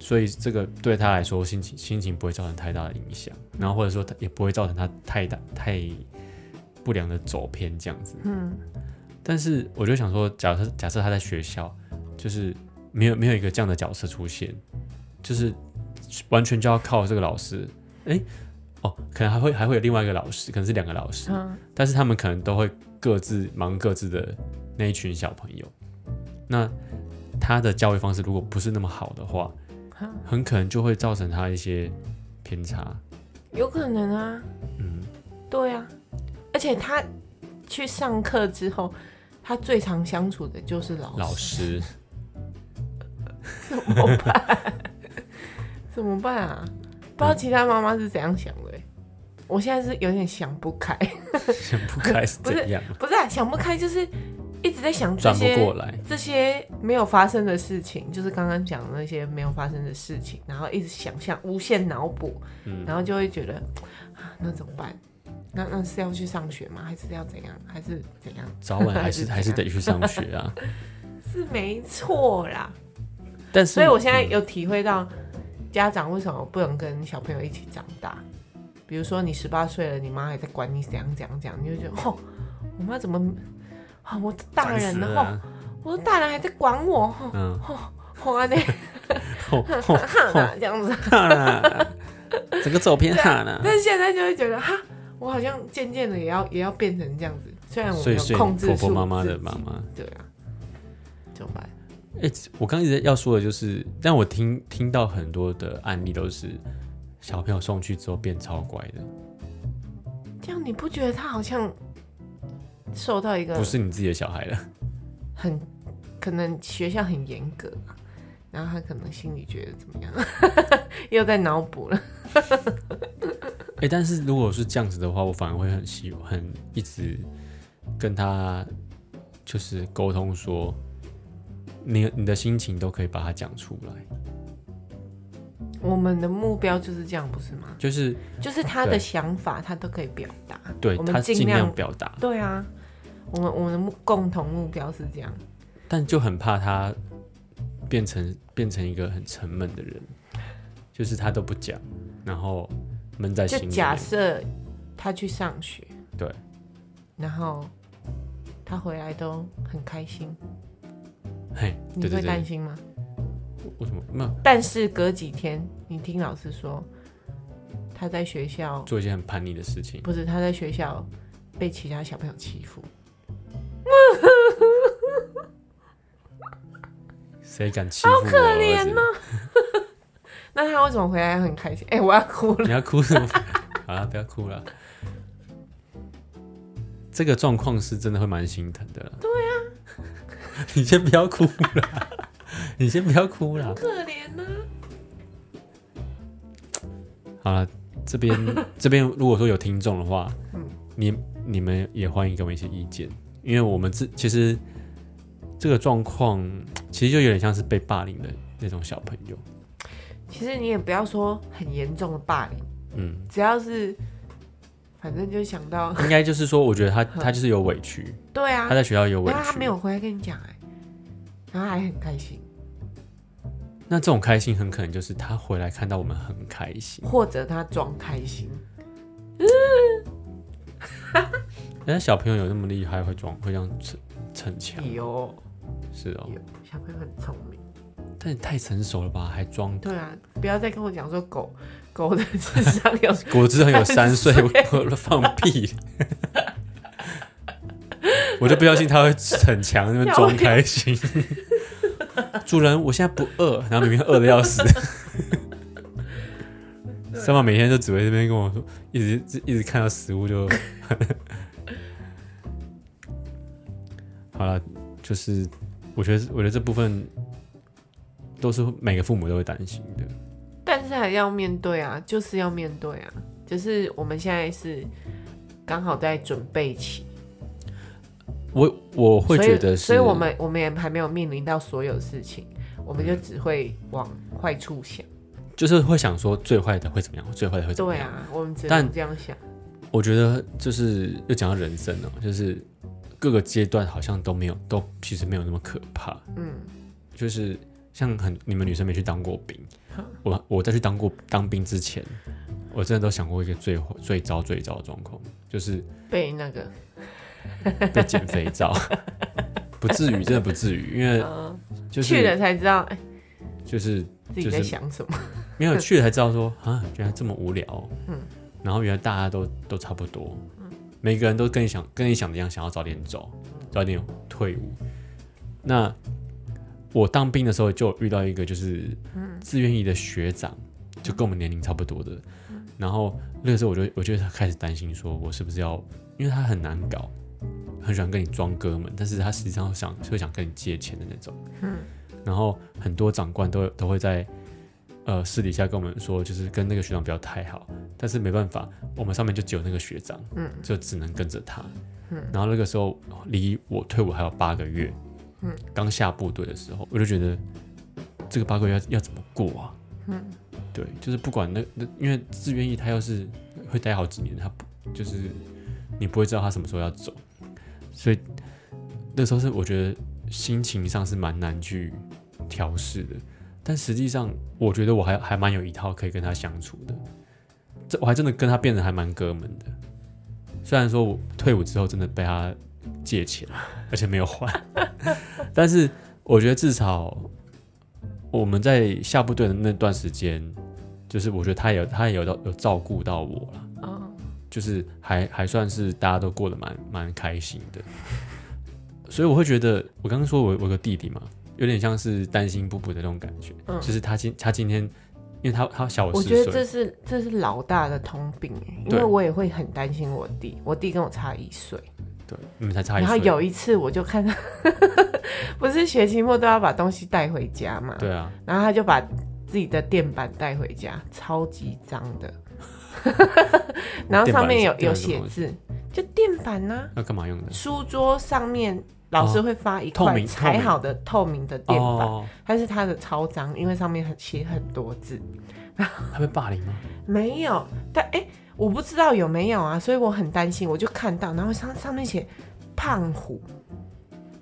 [SPEAKER 1] 所以这个对他来说心情心情不会造成太大的影响，然后或者说他也不会造成他太大太不良的走偏这样子。嗯，但是我就想说，假设假设他在学校，就是没有没有一个这样的角色出现，就是完全就要靠这个老师。哎、哦，可能还会还会有另外一个老师，可能是两个老师。
[SPEAKER 2] 嗯
[SPEAKER 1] 但是他们可能都会各自忙各自的那一群小朋友。那他的教育方式如果不是那么好的话，
[SPEAKER 2] 嗯，
[SPEAKER 1] 很可能就会造成他一些偏差。
[SPEAKER 2] 有可能啊，
[SPEAKER 1] 嗯，
[SPEAKER 2] 对啊，而且他去上课之后，他最常相处的就是老师，
[SPEAKER 1] 老师，
[SPEAKER 2] 怎么办？怎么办啊？不知道其他妈妈是怎样想的欸、
[SPEAKER 1] 嗯
[SPEAKER 2] 我现在是有点想不开，
[SPEAKER 1] 想不开是
[SPEAKER 2] 不是
[SPEAKER 1] 怎样？
[SPEAKER 2] 不是、啊、想不开，就是一直在想这
[SPEAKER 1] 转不
[SPEAKER 2] 些
[SPEAKER 1] 过来。
[SPEAKER 2] 这些没有发生的事情，就是刚刚讲的那些没有发生的事情，然后一直想象，无限脑补，
[SPEAKER 1] 嗯
[SPEAKER 2] 然后就会觉得 啊，那怎么办？那那是要去上学吗？还是要怎样？还是怎样？
[SPEAKER 1] 早晚还是还
[SPEAKER 2] 还
[SPEAKER 1] 是
[SPEAKER 2] 是这样
[SPEAKER 1] 得去上学 啊。
[SPEAKER 2] 是没错啦。
[SPEAKER 1] 但是，
[SPEAKER 2] 所以我现在有体会到家长为什么不能跟小朋友一起长大。比如说你十八岁了，你妈还在管你怎样怎样怎样，你就觉得 哦，我妈怎么啊、我大
[SPEAKER 1] 烦死
[SPEAKER 2] 人
[SPEAKER 1] 了
[SPEAKER 2] 了，哦，
[SPEAKER 1] 啊。
[SPEAKER 2] 我大人还在管我，哦，
[SPEAKER 1] 嗯，
[SPEAKER 2] 哦啊那
[SPEAKER 1] 吼吼吼
[SPEAKER 2] 这样子。
[SPEAKER 1] 哈 啦，整个走偏哈啦。
[SPEAKER 2] 但是现在就会觉得哈，我好像渐渐的也要也要变成这样子，虽然我
[SPEAKER 1] 所
[SPEAKER 2] 没
[SPEAKER 1] 以，
[SPEAKER 2] 有
[SPEAKER 1] 所以
[SPEAKER 2] 啊控制
[SPEAKER 1] 婆
[SPEAKER 2] 住
[SPEAKER 1] 婆妈妈的
[SPEAKER 2] 自己
[SPEAKER 1] 妈妈，
[SPEAKER 2] 对啊，怎么办？
[SPEAKER 1] 哎、我刚一直要说的就是，但我听听到很多的案例都是小朋友送去之后变超乖的，
[SPEAKER 2] 这样你不觉得他好像受到一个
[SPEAKER 1] 不是你自己的小孩了。
[SPEAKER 2] 很可能学校很严格啊，然后他可能心里觉得怎么样， 又在脑补了。
[SPEAKER 1] 哎、但是如果是这样子的话，我反而会很希很一直跟他就是沟通说，你你的心情都可以把它讲出来，
[SPEAKER 2] 我们的目标就是这样，不是吗？
[SPEAKER 1] 就是
[SPEAKER 2] 就是他
[SPEAKER 1] 对
[SPEAKER 2] 的想法，他都可以表达。
[SPEAKER 1] 对
[SPEAKER 2] 我们
[SPEAKER 1] 他
[SPEAKER 2] 尽
[SPEAKER 1] 尽量
[SPEAKER 2] 量
[SPEAKER 1] 表达，
[SPEAKER 2] 对啊，我们我们的目共同目标是这样。
[SPEAKER 1] 但就很怕他变成变成一个很沉闷的人，就是他都不讲，然后闷在
[SPEAKER 2] 就
[SPEAKER 1] 心里面。
[SPEAKER 2] 假设他去上学，
[SPEAKER 1] 对，
[SPEAKER 2] 然后他回来都很开心，
[SPEAKER 1] 嘿，
[SPEAKER 2] 你
[SPEAKER 1] 对对
[SPEAKER 2] 会
[SPEAKER 1] 对
[SPEAKER 2] 担，心吗？
[SPEAKER 1] 为什么那
[SPEAKER 2] 但是隔几天，你听老师说他在学校
[SPEAKER 1] 做一些很叛逆的事情？
[SPEAKER 2] 不是他在学校被其他小朋友欺负，
[SPEAKER 1] 谁敢欺负我？好可怜哦！
[SPEAKER 2] 啊 那他为什么回来很开心？哎、我要哭了。
[SPEAKER 1] 你要哭什么？ 好了，不要哭了。这个状况是真的会蛮心疼的对啊，你先不要哭啦，你先不要哭啦。
[SPEAKER 2] 可怜啊呢、
[SPEAKER 1] 好了，这 边这边如果说有听众的话，你你们也欢迎给我们一些意见，因为我们自其实这个状况其实就有点像是被霸凌的那种小朋友，
[SPEAKER 2] 其实你也不要说很严重的霸凌，
[SPEAKER 1] 嗯。
[SPEAKER 2] 只要是，反正就想到，
[SPEAKER 1] 应该就是说，我觉得 他他就是有委屈，
[SPEAKER 2] 对嗯啊
[SPEAKER 1] 他，在学校有委
[SPEAKER 2] 然后他
[SPEAKER 1] 屈
[SPEAKER 2] 没。有回来跟你讲哎、然后还很开心，
[SPEAKER 1] 那这种开心很可能就是他回来看到我们很开心。
[SPEAKER 2] 或者他装开心，
[SPEAKER 1] 人家小朋友有那么厉害，会装会这样逞逞强，
[SPEAKER 2] 有
[SPEAKER 1] 是哦。
[SPEAKER 2] 有哎小朋友很聪明，
[SPEAKER 1] 但你太成熟了吧，还装？
[SPEAKER 2] 对啊，不要再跟我讲说狗狗的智商 有，
[SPEAKER 1] 我知道有三岁，我我放屁。我就不相信他会逞强，那边装开心。主人，我现在不饿，然后明明饿的要死。三宝每天就只会这边跟我说，一直一直看到食物就。好了，就是我觉得，我觉得这部分都是每个父母都会担心的。
[SPEAKER 2] 但是还要面对啊，就是要面对啊，就是我们现在是刚好在准备期，
[SPEAKER 1] 我我会觉得是，
[SPEAKER 2] 所以，所以我们
[SPEAKER 1] 嗯
[SPEAKER 2] 我们也还没有面临到所有事情，我们就只会往坏处想，
[SPEAKER 1] 就是会想说最坏的会怎么样，最坏的会怎么
[SPEAKER 2] 对
[SPEAKER 1] 样。
[SPEAKER 2] 啊，我们只
[SPEAKER 1] 但
[SPEAKER 2] 能这样想。
[SPEAKER 1] 我觉得就是又讲到人生了、就是各个阶段好像都没有，都其实没有那么可怕。
[SPEAKER 2] 嗯，
[SPEAKER 1] 就是像很你们女生没去当过兵
[SPEAKER 2] 好，
[SPEAKER 1] 我我在去当过当兵之前，我真的都想过一个最坏最糟最糟的状况，就是
[SPEAKER 2] 被那个
[SPEAKER 1] 被减肥皂， 不至于，真的不至于，因为
[SPEAKER 2] 呃
[SPEAKER 1] 就
[SPEAKER 2] 去了
[SPEAKER 1] 是
[SPEAKER 2] 才知道，哎，
[SPEAKER 1] 就是
[SPEAKER 2] 自己
[SPEAKER 1] 就
[SPEAKER 2] 在
[SPEAKER 1] 是
[SPEAKER 2] 想什么。
[SPEAKER 1] 没有去了才知道说啊，原来这么无聊哦、
[SPEAKER 2] 嗯
[SPEAKER 1] 然后原来大家都都差不多，每个人都跟你想跟你想的一样，想要早点走，
[SPEAKER 2] 嗯
[SPEAKER 1] 早点退伍。那我当兵的时候就有遇到一个就是
[SPEAKER 2] 嗯
[SPEAKER 1] 自愿役的学长，就跟我们年龄差不多的。
[SPEAKER 2] 嗯
[SPEAKER 1] 然后那个时候我就我就开始担心，说我是不是要，因为他很难搞，很喜欢跟你装哥们，但是他实际上想是会想跟你借钱的那种。
[SPEAKER 2] 嗯
[SPEAKER 1] 然后很多长官都都会在呃私底下跟我们说，就是跟那个学长不要太好，但是没办法，我们上面就只有那个学长，
[SPEAKER 2] 嗯
[SPEAKER 1] 就只能跟着他。
[SPEAKER 2] 嗯
[SPEAKER 1] 然后那个时候离我退伍还有八个月，
[SPEAKER 2] 嗯，
[SPEAKER 1] 刚下部队的时候，我就觉得这个八个月要要怎么过啊？
[SPEAKER 2] 嗯，
[SPEAKER 1] 对，就是不管那那，因为自愿意他要是会待好几年，他不就是你不会知道他什么时候要走，所以那时候是我觉得心情上是蛮难去调试的。但实际上，我觉得我还还蛮有一套可以跟他相处的。这我还真的跟他变得还蛮哥们的。虽然说我退伍之后真的被他借钱，而且没有还， 但是我觉得至少我们在下部队的那段时间，就是我觉得他也有他也有到有照顾到我了。
[SPEAKER 2] 哦，
[SPEAKER 1] 就是还还算是大家都过得蛮蛮开心的，所以我会觉得，我刚刚说我我有个弟弟嘛，有点像是担心布布的那种感觉，
[SPEAKER 2] 嗯
[SPEAKER 1] 就是他今他今天，因为他他小
[SPEAKER 2] 我
[SPEAKER 1] 十
[SPEAKER 2] 觉
[SPEAKER 1] 岁，
[SPEAKER 2] 得这是这是老大的通病，哎因
[SPEAKER 1] 对
[SPEAKER 2] 为我也会很担心我弟，我弟跟我差一岁。
[SPEAKER 1] 对，你嗯们才差一
[SPEAKER 2] 然后
[SPEAKER 1] 岁，
[SPEAKER 2] 有一次我就看到， 不是学期末都要把东西带回家嘛，
[SPEAKER 1] 对啊，
[SPEAKER 2] 然后他就把自己的垫板带回家，超级脏的， 然后上面有
[SPEAKER 1] 垫
[SPEAKER 2] 有
[SPEAKER 1] 板是
[SPEAKER 2] 写字，就垫板呐、
[SPEAKER 1] 那干嘛用的？
[SPEAKER 2] 书桌上面老师会发一
[SPEAKER 1] 哦透
[SPEAKER 2] 块
[SPEAKER 1] 明透
[SPEAKER 2] 裁
[SPEAKER 1] 明
[SPEAKER 2] 好的透明的垫板，
[SPEAKER 1] 哦，
[SPEAKER 2] 但是他的超脏，因为上面很写很多字，
[SPEAKER 1] 他被霸凌吗？
[SPEAKER 2] 没有，但哎、我不知道有没有啊，所以我很担心，我就看到，然后上上面写胖虎。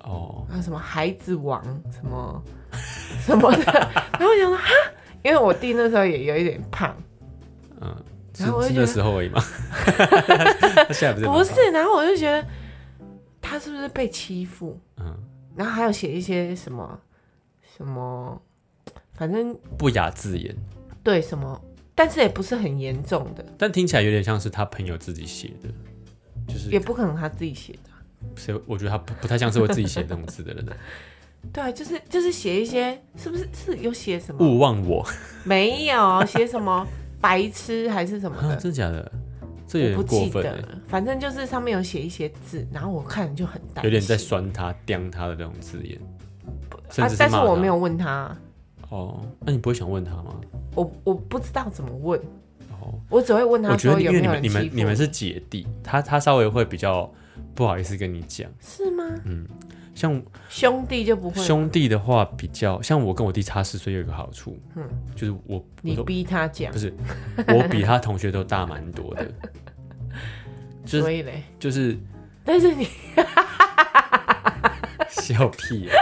[SPEAKER 1] 哦，
[SPEAKER 2] 啊什么孩子王什么 什么的，然后我想说哈，因为我弟那时候也有一点胖，
[SPEAKER 1] 嗯，是
[SPEAKER 2] 然后我就是觉
[SPEAKER 1] 那
[SPEAKER 2] 得
[SPEAKER 1] 时候而已 吗？他现在不是
[SPEAKER 2] 不是，然后我就觉得他是不是被欺负？
[SPEAKER 1] 嗯
[SPEAKER 2] 然后还有写一些什么什么，反正
[SPEAKER 1] 不雅字眼，
[SPEAKER 2] 对什么，但是也不是很严重的，
[SPEAKER 1] 但听起来有点像是他朋友自己写的，就是
[SPEAKER 2] 也不可能他自己写的啊。
[SPEAKER 1] 谁？我觉得他不不太像是会自己写那种字的 人，
[SPEAKER 2] 对啊，就是就是写一些，是不是是有写什么？
[SPEAKER 1] 勿忘我。
[SPEAKER 2] 没有写 什么白痴还是什么
[SPEAKER 1] 啊，
[SPEAKER 2] 的，
[SPEAKER 1] 真假的？这有
[SPEAKER 2] 我不
[SPEAKER 1] 点过
[SPEAKER 2] 记
[SPEAKER 1] 分
[SPEAKER 2] 得
[SPEAKER 1] 欸，
[SPEAKER 2] 了，反正就是上面有写一些字，然后我看就很担心，
[SPEAKER 1] 欸有点在酸他、刁他的那种字眼，甚
[SPEAKER 2] 啊
[SPEAKER 1] 至，
[SPEAKER 2] 但是
[SPEAKER 1] 骂
[SPEAKER 2] 我
[SPEAKER 1] 他
[SPEAKER 2] 没有问他，
[SPEAKER 1] 哦，那你不会想问他吗？
[SPEAKER 2] 我我不知道怎么问，
[SPEAKER 1] 哦，
[SPEAKER 2] 我只会问
[SPEAKER 1] 我
[SPEAKER 2] 他
[SPEAKER 1] 觉得
[SPEAKER 2] 说
[SPEAKER 1] 你因
[SPEAKER 2] 有
[SPEAKER 1] 为
[SPEAKER 2] 没
[SPEAKER 1] 你们
[SPEAKER 2] 有人
[SPEAKER 1] 你
[SPEAKER 2] 欺负
[SPEAKER 1] 们你们是姐弟，他他稍微会比较不好意思跟你讲。
[SPEAKER 2] 是吗？
[SPEAKER 1] 像
[SPEAKER 2] 兄弟就不会，
[SPEAKER 1] 兄弟的话，比较像我跟我弟差十岁，有一个好处，
[SPEAKER 2] 嗯
[SPEAKER 1] 就是我我
[SPEAKER 2] 你
[SPEAKER 1] 都
[SPEAKER 2] 逼他讲
[SPEAKER 1] 不，是我比他同学都大蛮多 的，就是
[SPEAKER 2] 所以嘞，
[SPEAKER 1] 就是
[SPEAKER 2] 但是你
[SPEAKER 1] 笑屁、 啊。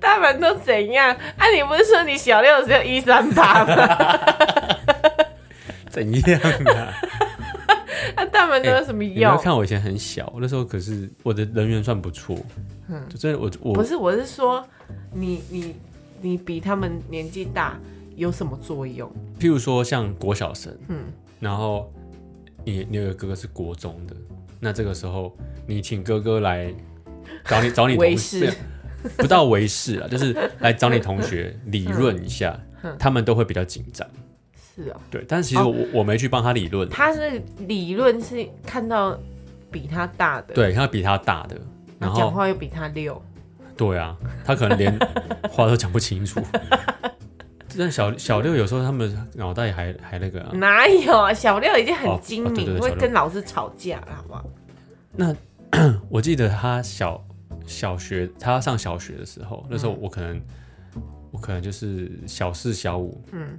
[SPEAKER 2] 大阪都怎样？啊，你不是说你小六只有一三 八吗？
[SPEAKER 1] 怎样啊？
[SPEAKER 2] 啊，大阪都有什么
[SPEAKER 1] 哎你们
[SPEAKER 2] 用
[SPEAKER 1] 要？看我以前很小，那时候可是我的人缘算不错，嗯，就真的我我
[SPEAKER 2] 不是，我是说你你你比他们年纪大有什么作用？
[SPEAKER 1] 譬如说像国小生，
[SPEAKER 2] 嗯
[SPEAKER 1] 然后你你有个哥哥是国中的，那这个时候你请哥哥来找你找你同
[SPEAKER 2] 为
[SPEAKER 1] 事
[SPEAKER 2] 师，
[SPEAKER 1] 不到为事啊，就是来找你同学理论一 下，他们都会比较紧张。
[SPEAKER 2] 是嗯哦，
[SPEAKER 1] 对，但是其实我、我没去帮他理论，
[SPEAKER 2] 他是理论是看到比他大的，，
[SPEAKER 1] 对，他比他大的，然
[SPEAKER 2] 讲
[SPEAKER 1] 后
[SPEAKER 2] 话又比他溜。
[SPEAKER 1] 对啊，他可能连话都讲不清 楚。但小小六有时候他们脑袋还还那个啊，
[SPEAKER 2] 哪有啊？小六已经
[SPEAKER 1] 哦
[SPEAKER 2] 很精
[SPEAKER 1] 哦对对
[SPEAKER 2] 明，
[SPEAKER 1] 对
[SPEAKER 2] 会
[SPEAKER 1] 小六
[SPEAKER 2] 跟老师吵架了，好不好？
[SPEAKER 1] 我记得他小小学，他上小学的
[SPEAKER 2] 嗯
[SPEAKER 1] 时候，那时候我可能、我可能就是小四小五，
[SPEAKER 2] 嗯，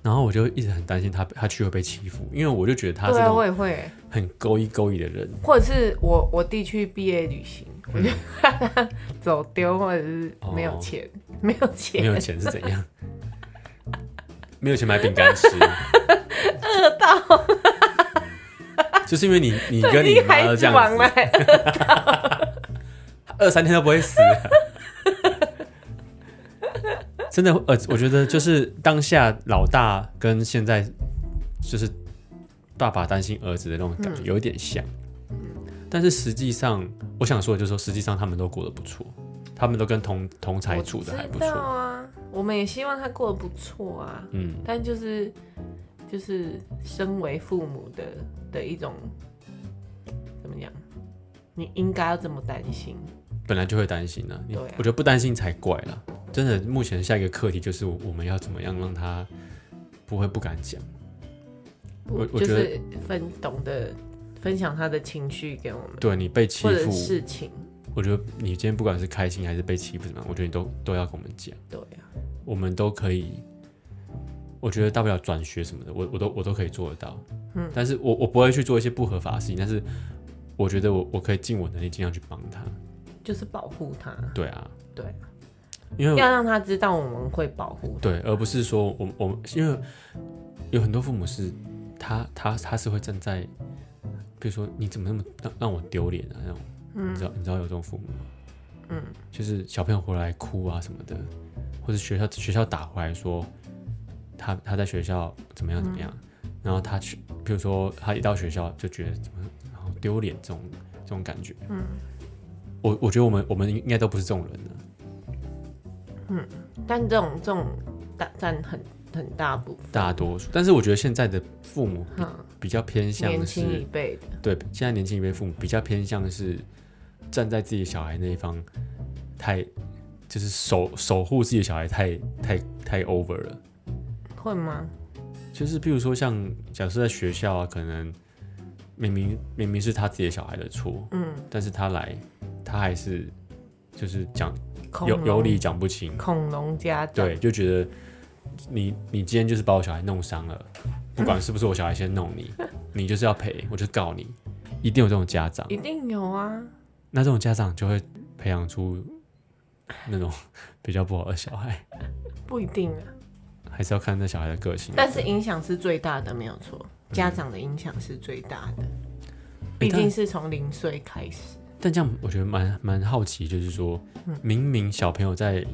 [SPEAKER 1] 然后我就一直很担心他他去会被欺负，因为我就觉得他是
[SPEAKER 2] 对
[SPEAKER 1] 那
[SPEAKER 2] 啊，
[SPEAKER 1] 种
[SPEAKER 2] 我也会，
[SPEAKER 1] 很勾一勾一的人，
[SPEAKER 2] 或者是我我弟去毕业旅行，
[SPEAKER 1] 嗯
[SPEAKER 2] 我就走丢，或者是没有钱，
[SPEAKER 1] 哦
[SPEAKER 2] 没有
[SPEAKER 1] 没
[SPEAKER 2] 钱，
[SPEAKER 1] 有钱是怎样？没有钱买饼干 吃，饿到， 就是因为你你跟你
[SPEAKER 2] 一
[SPEAKER 1] 妈
[SPEAKER 2] 孩
[SPEAKER 1] 这
[SPEAKER 2] 子往
[SPEAKER 1] 样
[SPEAKER 2] 来
[SPEAKER 1] 子，，二三天都不会死、 真的，呃，我觉得就是当下老大跟现在就是爸爸担心儿子的那种
[SPEAKER 2] 嗯
[SPEAKER 1] 感觉有一点像，但是实际上我想说的就是说，实际上他们都过得不错，他们都跟同同才处的 还不
[SPEAKER 2] 我知道
[SPEAKER 1] 错，
[SPEAKER 2] 啊，我们也希望他过得不错啊，
[SPEAKER 1] 嗯。
[SPEAKER 2] 但就是就是身为父母的的一种怎么讲，你应该要这么担心，
[SPEAKER 1] 本来就会担心呢、你
[SPEAKER 2] 对啊
[SPEAKER 1] 我觉得不担心才怪啦。真的，目前下一个课题就是我我们要怎么样让他不会不敢讲。我我
[SPEAKER 2] 就
[SPEAKER 1] 觉得
[SPEAKER 2] 是分懂得分享他的情绪给我们，
[SPEAKER 1] 对你被欺
[SPEAKER 2] 或者
[SPEAKER 1] 负，
[SPEAKER 2] 事情，
[SPEAKER 1] 我觉得你今天不管是开心还是被欺负怎么样，我觉得你都都要跟我们讲，
[SPEAKER 2] 对啊，
[SPEAKER 1] 我们都可以。我觉得大不了转学什么的，我我都我都可以做得到。嗯，但是我我不会去做一些不合法的事情，但是我觉得我我可以尽我能力尽量去帮他。
[SPEAKER 2] 就是保护他，
[SPEAKER 1] 对啊，
[SPEAKER 2] 对啊，
[SPEAKER 1] 因为我
[SPEAKER 2] 要让他知道我们会保护他，
[SPEAKER 1] 对，而不是说我我们，因为有很多父母是他他他是会站在，比如说你怎么那么让让我丢脸啊那种，你知道你知道有这种父母吗？
[SPEAKER 2] 嗯，
[SPEAKER 1] 就是小朋友回来哭啊什么的，或者学校学校打回来说他他在学校怎么样怎么样，然后他去，比如说他一到学校就觉得怎么好丢脸这种这种感觉，嗯，我我觉得我们我们应该都不是这种人啊呢、
[SPEAKER 2] 但这种这种大占很很大部分，
[SPEAKER 1] 大多数，但是我觉得现在的父母
[SPEAKER 2] 嗯，
[SPEAKER 1] 比较偏
[SPEAKER 2] 年
[SPEAKER 1] 向
[SPEAKER 2] 轻一
[SPEAKER 1] 是，
[SPEAKER 2] 辈的，
[SPEAKER 1] 对，现在年轻一辈父母比较偏向是站在自己小孩那一方，太就是守守护自己的小孩太太太 over 了。
[SPEAKER 2] 会吗？
[SPEAKER 1] 就是譬如说像假设在学校啊，可能明明明明是他自己的小孩的错，
[SPEAKER 2] 嗯，
[SPEAKER 1] 但是他来他还是就是讲
[SPEAKER 2] 恐
[SPEAKER 1] 有有
[SPEAKER 2] 龙
[SPEAKER 1] 理讲不清，
[SPEAKER 2] 恐龙家长，
[SPEAKER 1] 对，就觉得你你今天就是把我小孩弄伤了，不管是不是我小孩先弄你， 你就是要赔，我就告你，一定有这种家长。
[SPEAKER 2] 一定有啊，
[SPEAKER 1] 那这种家长就会培养出那种 比较不好的小孩，
[SPEAKER 2] 不一定啊，
[SPEAKER 1] 还是要看那小孩的个性。
[SPEAKER 2] 但是影响是最大的，没有错，家长的影响是最大的，毕
[SPEAKER 1] 诶但
[SPEAKER 2] 竟是从零岁开始，
[SPEAKER 1] 但这样我觉得蛮蛮好奇，就是说，
[SPEAKER 2] 嗯
[SPEAKER 1] 明明小朋友在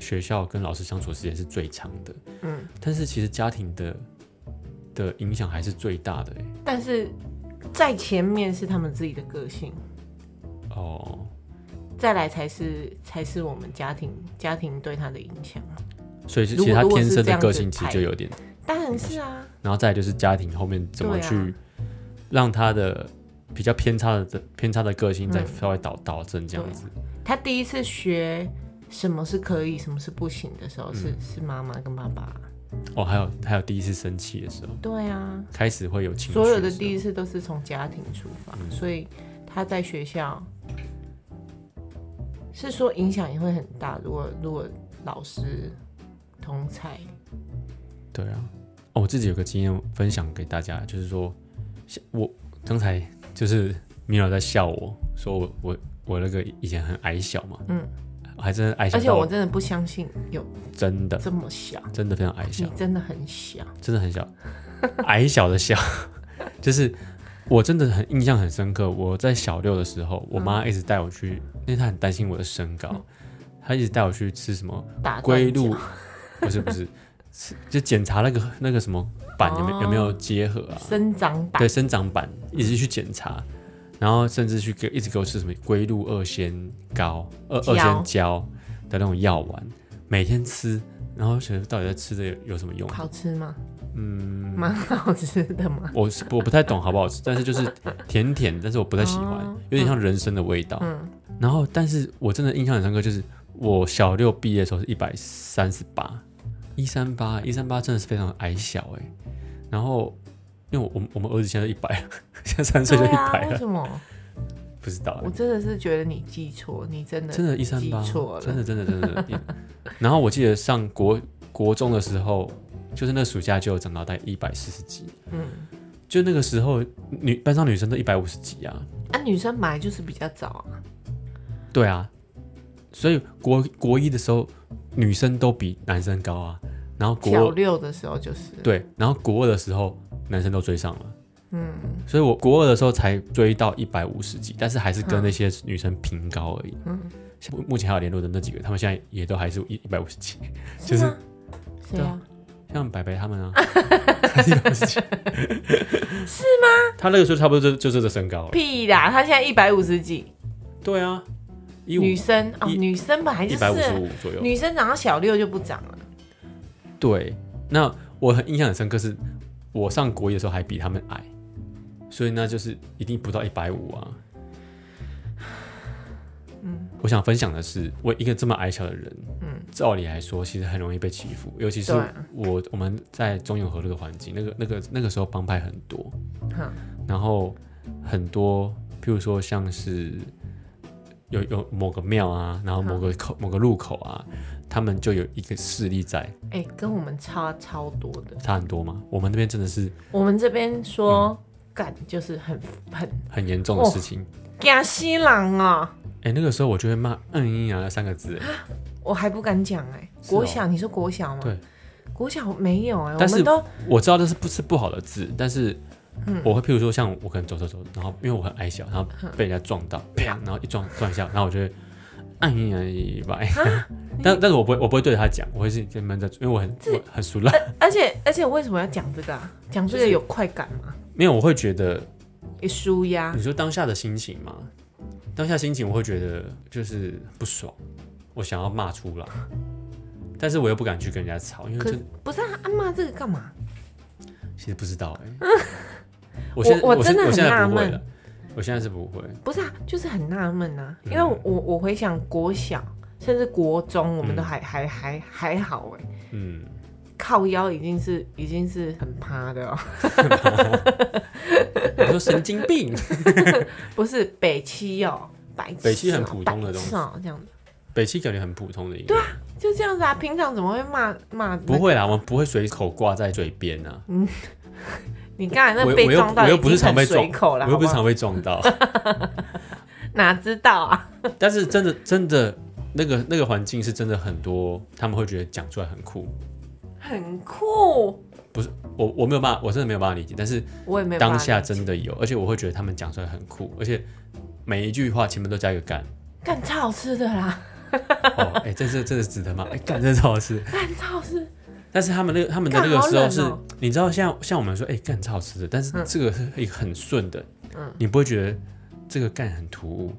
[SPEAKER 1] 学校跟老师相处的时间是最长的，
[SPEAKER 2] 嗯，
[SPEAKER 1] 但是其实家庭的的影响还是最大的、欸。
[SPEAKER 2] 但是在前面是他们自己的个性，
[SPEAKER 1] 哦，
[SPEAKER 2] 再来才是才是我们家庭家庭对他的影响，
[SPEAKER 1] 所以是
[SPEAKER 2] 如
[SPEAKER 1] 其实他
[SPEAKER 2] 果如果
[SPEAKER 1] 天
[SPEAKER 2] 是
[SPEAKER 1] 生
[SPEAKER 2] 这
[SPEAKER 1] 的
[SPEAKER 2] 样
[SPEAKER 1] 个
[SPEAKER 2] 子
[SPEAKER 1] 性其
[SPEAKER 2] 排
[SPEAKER 1] 实就有点
[SPEAKER 2] 当然是啊，
[SPEAKER 1] 然后再来就是家庭后面怎么
[SPEAKER 2] 对啊
[SPEAKER 1] 去让他的比较偏差的偏差的个性
[SPEAKER 2] 嗯
[SPEAKER 1] 再稍微导导正这样子。
[SPEAKER 2] 他第一次学什么是可以，什么是不行的时候，是是妈妈跟爸爸，
[SPEAKER 1] 哦，还有还有第一次生气的时候，
[SPEAKER 2] 对啊，
[SPEAKER 1] 开始会有情绪嗯时候，
[SPEAKER 2] 所有的第一次都是从家庭出发，所以他在学校是说影响也会很大。如果如果老师同才，
[SPEAKER 1] 对啊。哦，我自己有个经验分享给大家，就是说，像我刚才就是米老在笑我说我我我那个以前很矮小嘛，
[SPEAKER 2] 嗯，
[SPEAKER 1] 还真的矮小
[SPEAKER 2] 而且
[SPEAKER 1] 到
[SPEAKER 2] 我真的不相信有
[SPEAKER 1] 真的
[SPEAKER 2] 这么小，
[SPEAKER 1] 真的非常矮小
[SPEAKER 2] 你，真的很小，
[SPEAKER 1] 真的很小， 矮小的小，就是我真的很印象很深刻。我在小六的时候，我妈
[SPEAKER 2] 嗯
[SPEAKER 1] 一直带我去，因为她很担心我的身高，她一直带我去吃什么
[SPEAKER 2] 啊打断
[SPEAKER 1] 龟
[SPEAKER 2] 脚
[SPEAKER 1] 鹿， 不是不是，吃就检查那个那个什么板有没有、有没有结合啊？
[SPEAKER 2] 哦生长板
[SPEAKER 1] 对，生长板一直去检查，然后甚至去给一直给我吃什么龟鹿二仙膏、二二仙胶的那种药丸，每天吃，然后觉得到底在吃这个有什么用？
[SPEAKER 2] 好吃吗？嗯，蛮好吃 的嘛。
[SPEAKER 1] 我是我不太懂好不好吃，但是就是甜甜，但是我不太喜欢，
[SPEAKER 2] 哦
[SPEAKER 1] 有点像人参的味道。
[SPEAKER 2] 嗯
[SPEAKER 1] 然后，但是我真的印象很深刻，就是我小六毕业的时候是一百三十八，一三八，一三八真的是非常矮小哎、然后，因为我我们我们儿子现在一百， 现在三岁就
[SPEAKER 2] 对
[SPEAKER 1] 一
[SPEAKER 2] 啊
[SPEAKER 1] 百，
[SPEAKER 2] 为
[SPEAKER 1] 了，
[SPEAKER 2] 什么？
[SPEAKER 1] 不知道欸
[SPEAKER 2] 我真的是觉得你记错，你真的
[SPEAKER 1] 真的，一三
[SPEAKER 2] 记
[SPEAKER 1] 八
[SPEAKER 2] 错，了
[SPEAKER 1] 真的真的真的。一然后我记得上国国中的时候，就是那暑假就有长到大概一百四十几，
[SPEAKER 2] 嗯，
[SPEAKER 1] 就那个时候女班上女生都一百五十几啊，
[SPEAKER 2] 啊，女生买就是比较早啊，
[SPEAKER 1] 对啊，所以国国一的时候女生都比男生高啊，然后
[SPEAKER 2] 小
[SPEAKER 1] 国
[SPEAKER 2] 六的时候就是，
[SPEAKER 1] 对，然后国二的时候男生都追上了，
[SPEAKER 2] 嗯
[SPEAKER 1] 所以我国二的时候才追到一百五十几，但是还是跟那些女生平高而已。
[SPEAKER 2] 嗯，
[SPEAKER 1] 像目目前还有联络的那几个，他们现在也都还是一一百五十几，就是
[SPEAKER 2] 吗谁啊？
[SPEAKER 1] 像白白他 们啊， 一百五十几，是吗？他那个时候差不多就就是这身高了。
[SPEAKER 2] 屁啦，她现在一百五十几，
[SPEAKER 1] 对啊，一五
[SPEAKER 2] 女生哦，
[SPEAKER 1] 一
[SPEAKER 2] 女生本来
[SPEAKER 1] 一
[SPEAKER 2] 就
[SPEAKER 1] 百五十
[SPEAKER 2] 是，
[SPEAKER 1] 五左右。
[SPEAKER 2] 女生长到小六就不长了，
[SPEAKER 1] 对，那我很印象很深刻是，我上国一的时候还比他们矮，所以那就是一定不到一百五啊。嗯，我想分享的是，我一个这么矮小的人，嗯，照理来说其实很容易被欺负，尤其是
[SPEAKER 2] 对啊
[SPEAKER 1] 我我们在中永和那个环境，那个那个那个时候帮派很多，
[SPEAKER 2] 哼，
[SPEAKER 1] 然后很多，譬如说像是有有某个庙啊，然后某个口某个路口啊，他们就有一个势力在，
[SPEAKER 2] 哎、跟我们差超多的，
[SPEAKER 1] 差很多嘛。我们那边真的是
[SPEAKER 2] 我们这边
[SPEAKER 1] 嗯
[SPEAKER 2] 说干、就是很很
[SPEAKER 1] 很严重的事情。
[SPEAKER 2] 假西郎啊，
[SPEAKER 1] 哎、那个时候我就会骂“嗯阴阳”三个字，哎
[SPEAKER 2] 我还不敢讲哎、
[SPEAKER 1] 是哦
[SPEAKER 2] 国小、你说国小吗？
[SPEAKER 1] 对，
[SPEAKER 2] 国小没有哎、我
[SPEAKER 1] 但是
[SPEAKER 2] 们都
[SPEAKER 1] 我知道这是不是不好的字，但是我会譬如说像我可能走走走，然后因为我很矮小，然后被人家撞到，啪，然后一撞撞一下，然后我就会“嗯阴阳一百”，但但是我不会我不会对着他讲，我会是慢慢在，因为我很我很熟烂，
[SPEAKER 2] 而且而且为什么要讲这个啊？讲这
[SPEAKER 1] 就
[SPEAKER 2] 个有快感吗？
[SPEAKER 1] 没有我会觉得。
[SPEAKER 2] 也舒压啊
[SPEAKER 1] 你说当下的心情嘛，当下心情我会觉得就是不爽，我想要骂出来，但是我又不敢去跟人家吵，因为
[SPEAKER 2] 可
[SPEAKER 1] 这
[SPEAKER 2] 不是啊，阿妈这个干嘛？
[SPEAKER 1] 其实不知道哎、 我现在
[SPEAKER 2] 我
[SPEAKER 1] 我
[SPEAKER 2] 我真的
[SPEAKER 1] 是我现
[SPEAKER 2] 很
[SPEAKER 1] 在
[SPEAKER 2] 纳
[SPEAKER 1] 不会
[SPEAKER 2] 闷
[SPEAKER 1] 了，我现在是不会，
[SPEAKER 2] 不是啊，就是很纳闷啊，
[SPEAKER 1] 嗯
[SPEAKER 2] 因为我我我回想国小甚至国中，我们都
[SPEAKER 1] 嗯
[SPEAKER 2] 还、还还还好哎、
[SPEAKER 1] 嗯，
[SPEAKER 2] 靠腰已经是已经是很趴的哦、
[SPEAKER 1] 你说神经病，
[SPEAKER 2] 不是北七哦、白痴哦、
[SPEAKER 1] 北七很普通的东西
[SPEAKER 2] 白痴哦这样子，
[SPEAKER 1] 北七感觉很普通的一个，
[SPEAKER 2] 就这样子啊。平常怎么会骂骂？
[SPEAKER 1] 不，会啦，我们不会随口挂在嘴边啊，
[SPEAKER 2] 嗯你刚才那
[SPEAKER 1] 我
[SPEAKER 2] 被
[SPEAKER 1] 我又
[SPEAKER 2] 撞到
[SPEAKER 1] 我
[SPEAKER 2] 已
[SPEAKER 1] 又
[SPEAKER 2] 经
[SPEAKER 1] 不是常被
[SPEAKER 2] 很
[SPEAKER 1] 撞
[SPEAKER 2] 随口了，
[SPEAKER 1] 我又不是
[SPEAKER 2] 好
[SPEAKER 1] 常被撞 到，
[SPEAKER 2] 不好哪知道啊？
[SPEAKER 1] 但是真的真的那个那个环境是真的很多，他们会觉得讲出来很酷，
[SPEAKER 2] 很酷，
[SPEAKER 1] 我我没有办法，我真的没有办法理解，但是。
[SPEAKER 2] 我也没有办法
[SPEAKER 1] 当下
[SPEAKER 2] 理解
[SPEAKER 1] 真的有，而且我会觉得他们讲出来很酷，而且每一句话前面都加一个干。
[SPEAKER 2] 干超好吃的啦，
[SPEAKER 1] 哦，哎、这是这是值得吗？哎、干真是好吃。
[SPEAKER 2] 干超好吃，
[SPEAKER 1] 但是他们那个他们的那
[SPEAKER 2] 干
[SPEAKER 1] 个
[SPEAKER 2] 好
[SPEAKER 1] 时候
[SPEAKER 2] 冷
[SPEAKER 1] 是，
[SPEAKER 2] 哦
[SPEAKER 1] 你知道像像我们说，哎、干超好吃的，但是
[SPEAKER 2] 嗯
[SPEAKER 1] 这个是一个很顺的，
[SPEAKER 2] 嗯
[SPEAKER 1] 你不会觉得这个干很突兀。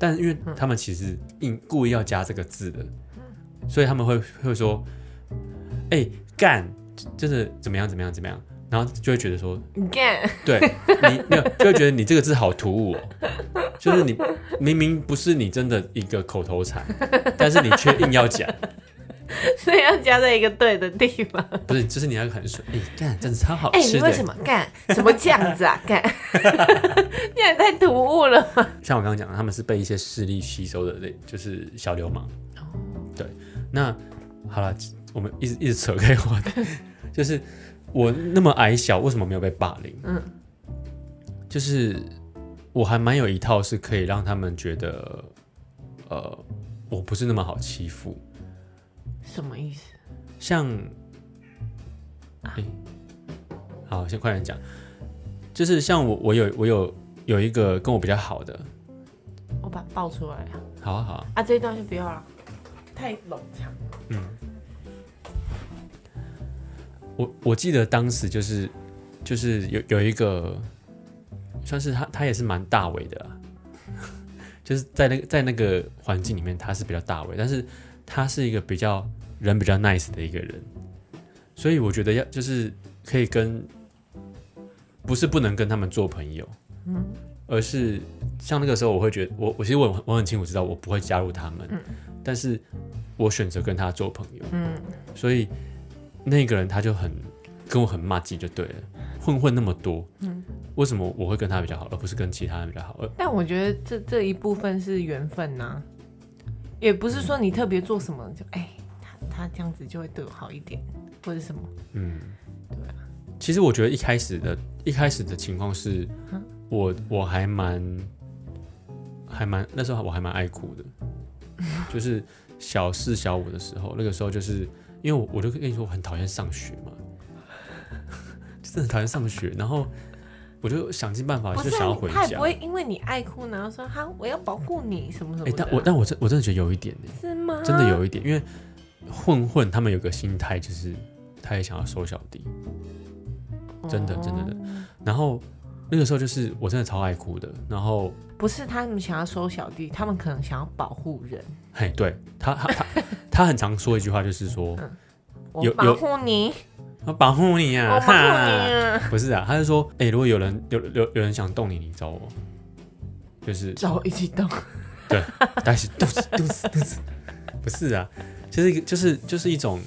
[SPEAKER 1] 但因为他们其实硬故意要加这个字的，
[SPEAKER 2] 嗯
[SPEAKER 1] 所以他们会会说，哎、干就是怎么样怎么样怎么样，然后就会觉得 说
[SPEAKER 2] 你干
[SPEAKER 1] 对你没有就会觉得你这个字好突兀哦，就是你明明不是你真的一个口头禅，但是你却硬要讲，
[SPEAKER 2] 所以要加在一个对的地方。
[SPEAKER 1] 不是，就是你要很顺，哎、干，真的超好
[SPEAKER 2] 哎、
[SPEAKER 1] 吃
[SPEAKER 2] 你
[SPEAKER 1] 的。
[SPEAKER 2] 为什么干？怎么这样子啊？ 干，你也太突兀了吧。
[SPEAKER 1] 像我刚刚讲的，他们是被一些势力吸收的类，就是小流氓。对，那好了，我们一直一直扯开话题，就是我那么矮小，为什么没有被霸凌？
[SPEAKER 2] 嗯，
[SPEAKER 1] 就是我还蛮有一套是可以让他们觉得，呃，我不是那么好欺负。
[SPEAKER 2] 什么意思？
[SPEAKER 1] 像，诶好，先快点讲，就是像我，我有我有有一个跟我比较好的，
[SPEAKER 2] 我把它爆出来啊！
[SPEAKER 1] 好啊好啊，
[SPEAKER 2] 啊，这一段就不要了，太冗长。
[SPEAKER 1] 我我记得当时就是就是有有一个，算是他他也是蛮大尾的、啊， 就是在那个在那个环境里面他是比较大尾，但是他是一个比较人比较 nice 的一个人，所以我觉得要就是可以跟，不是不能跟他们做朋友，而是像那个时候我会觉得我我其实我很我很清楚知道我不会加入他们，但是我选择跟他做朋友，
[SPEAKER 2] 嗯，
[SPEAKER 1] 所以那个人他就很跟我很骂街就对了，混混那么多，为什么我会跟他比较好，而不是跟其他人比较好？呃而
[SPEAKER 2] 但我觉得这这一部分是缘分呐、也不是说你特别做什么就哎、他他这样子就会对我好一点。或者什么，
[SPEAKER 1] 嗯，
[SPEAKER 2] 对啊。
[SPEAKER 1] 其实我觉得一开始的一开始的情况是，我我还蛮还蛮那时候我还蛮爱哭的，就是小四小五的时候，那个时候就是因为我我就跟你说我很讨厌上学嘛， 就真的很讨厌上学，然后我就想尽办法
[SPEAKER 2] 不
[SPEAKER 1] 就是想
[SPEAKER 2] 啊
[SPEAKER 1] 要回
[SPEAKER 2] 你他也
[SPEAKER 1] 家
[SPEAKER 2] 不。会因为你爱哭，然后说哈我要保护你什么什
[SPEAKER 1] 哎、
[SPEAKER 2] 么的啊，
[SPEAKER 1] 但我但我真我真的觉得有一点呢、
[SPEAKER 2] 是吗？
[SPEAKER 1] 真的有一点，因为混混他们有个心态，就是他也想要收小弟，
[SPEAKER 2] 哦，
[SPEAKER 1] 真的真的然后那个时候就是我真的超爱哭的，然后
[SPEAKER 2] 不是他们想要收小弟，他们可能想要保护人，
[SPEAKER 1] 嘿，对他他他 他很常说一句话，就是说
[SPEAKER 2] 嗯我
[SPEAKER 1] 有
[SPEAKER 2] 保
[SPEAKER 1] 有
[SPEAKER 2] 护你，
[SPEAKER 1] 我保护你
[SPEAKER 2] 我
[SPEAKER 1] 啊，
[SPEAKER 2] 保护哦你
[SPEAKER 1] 哈，
[SPEAKER 2] 啊，
[SPEAKER 1] 不是啊，他就说，哎、如果有人有有有人想动你，你找我， 就是
[SPEAKER 2] 找我一起动，
[SPEAKER 1] 但是肚子肚子肚子，不是啊，就是一个就是就是一种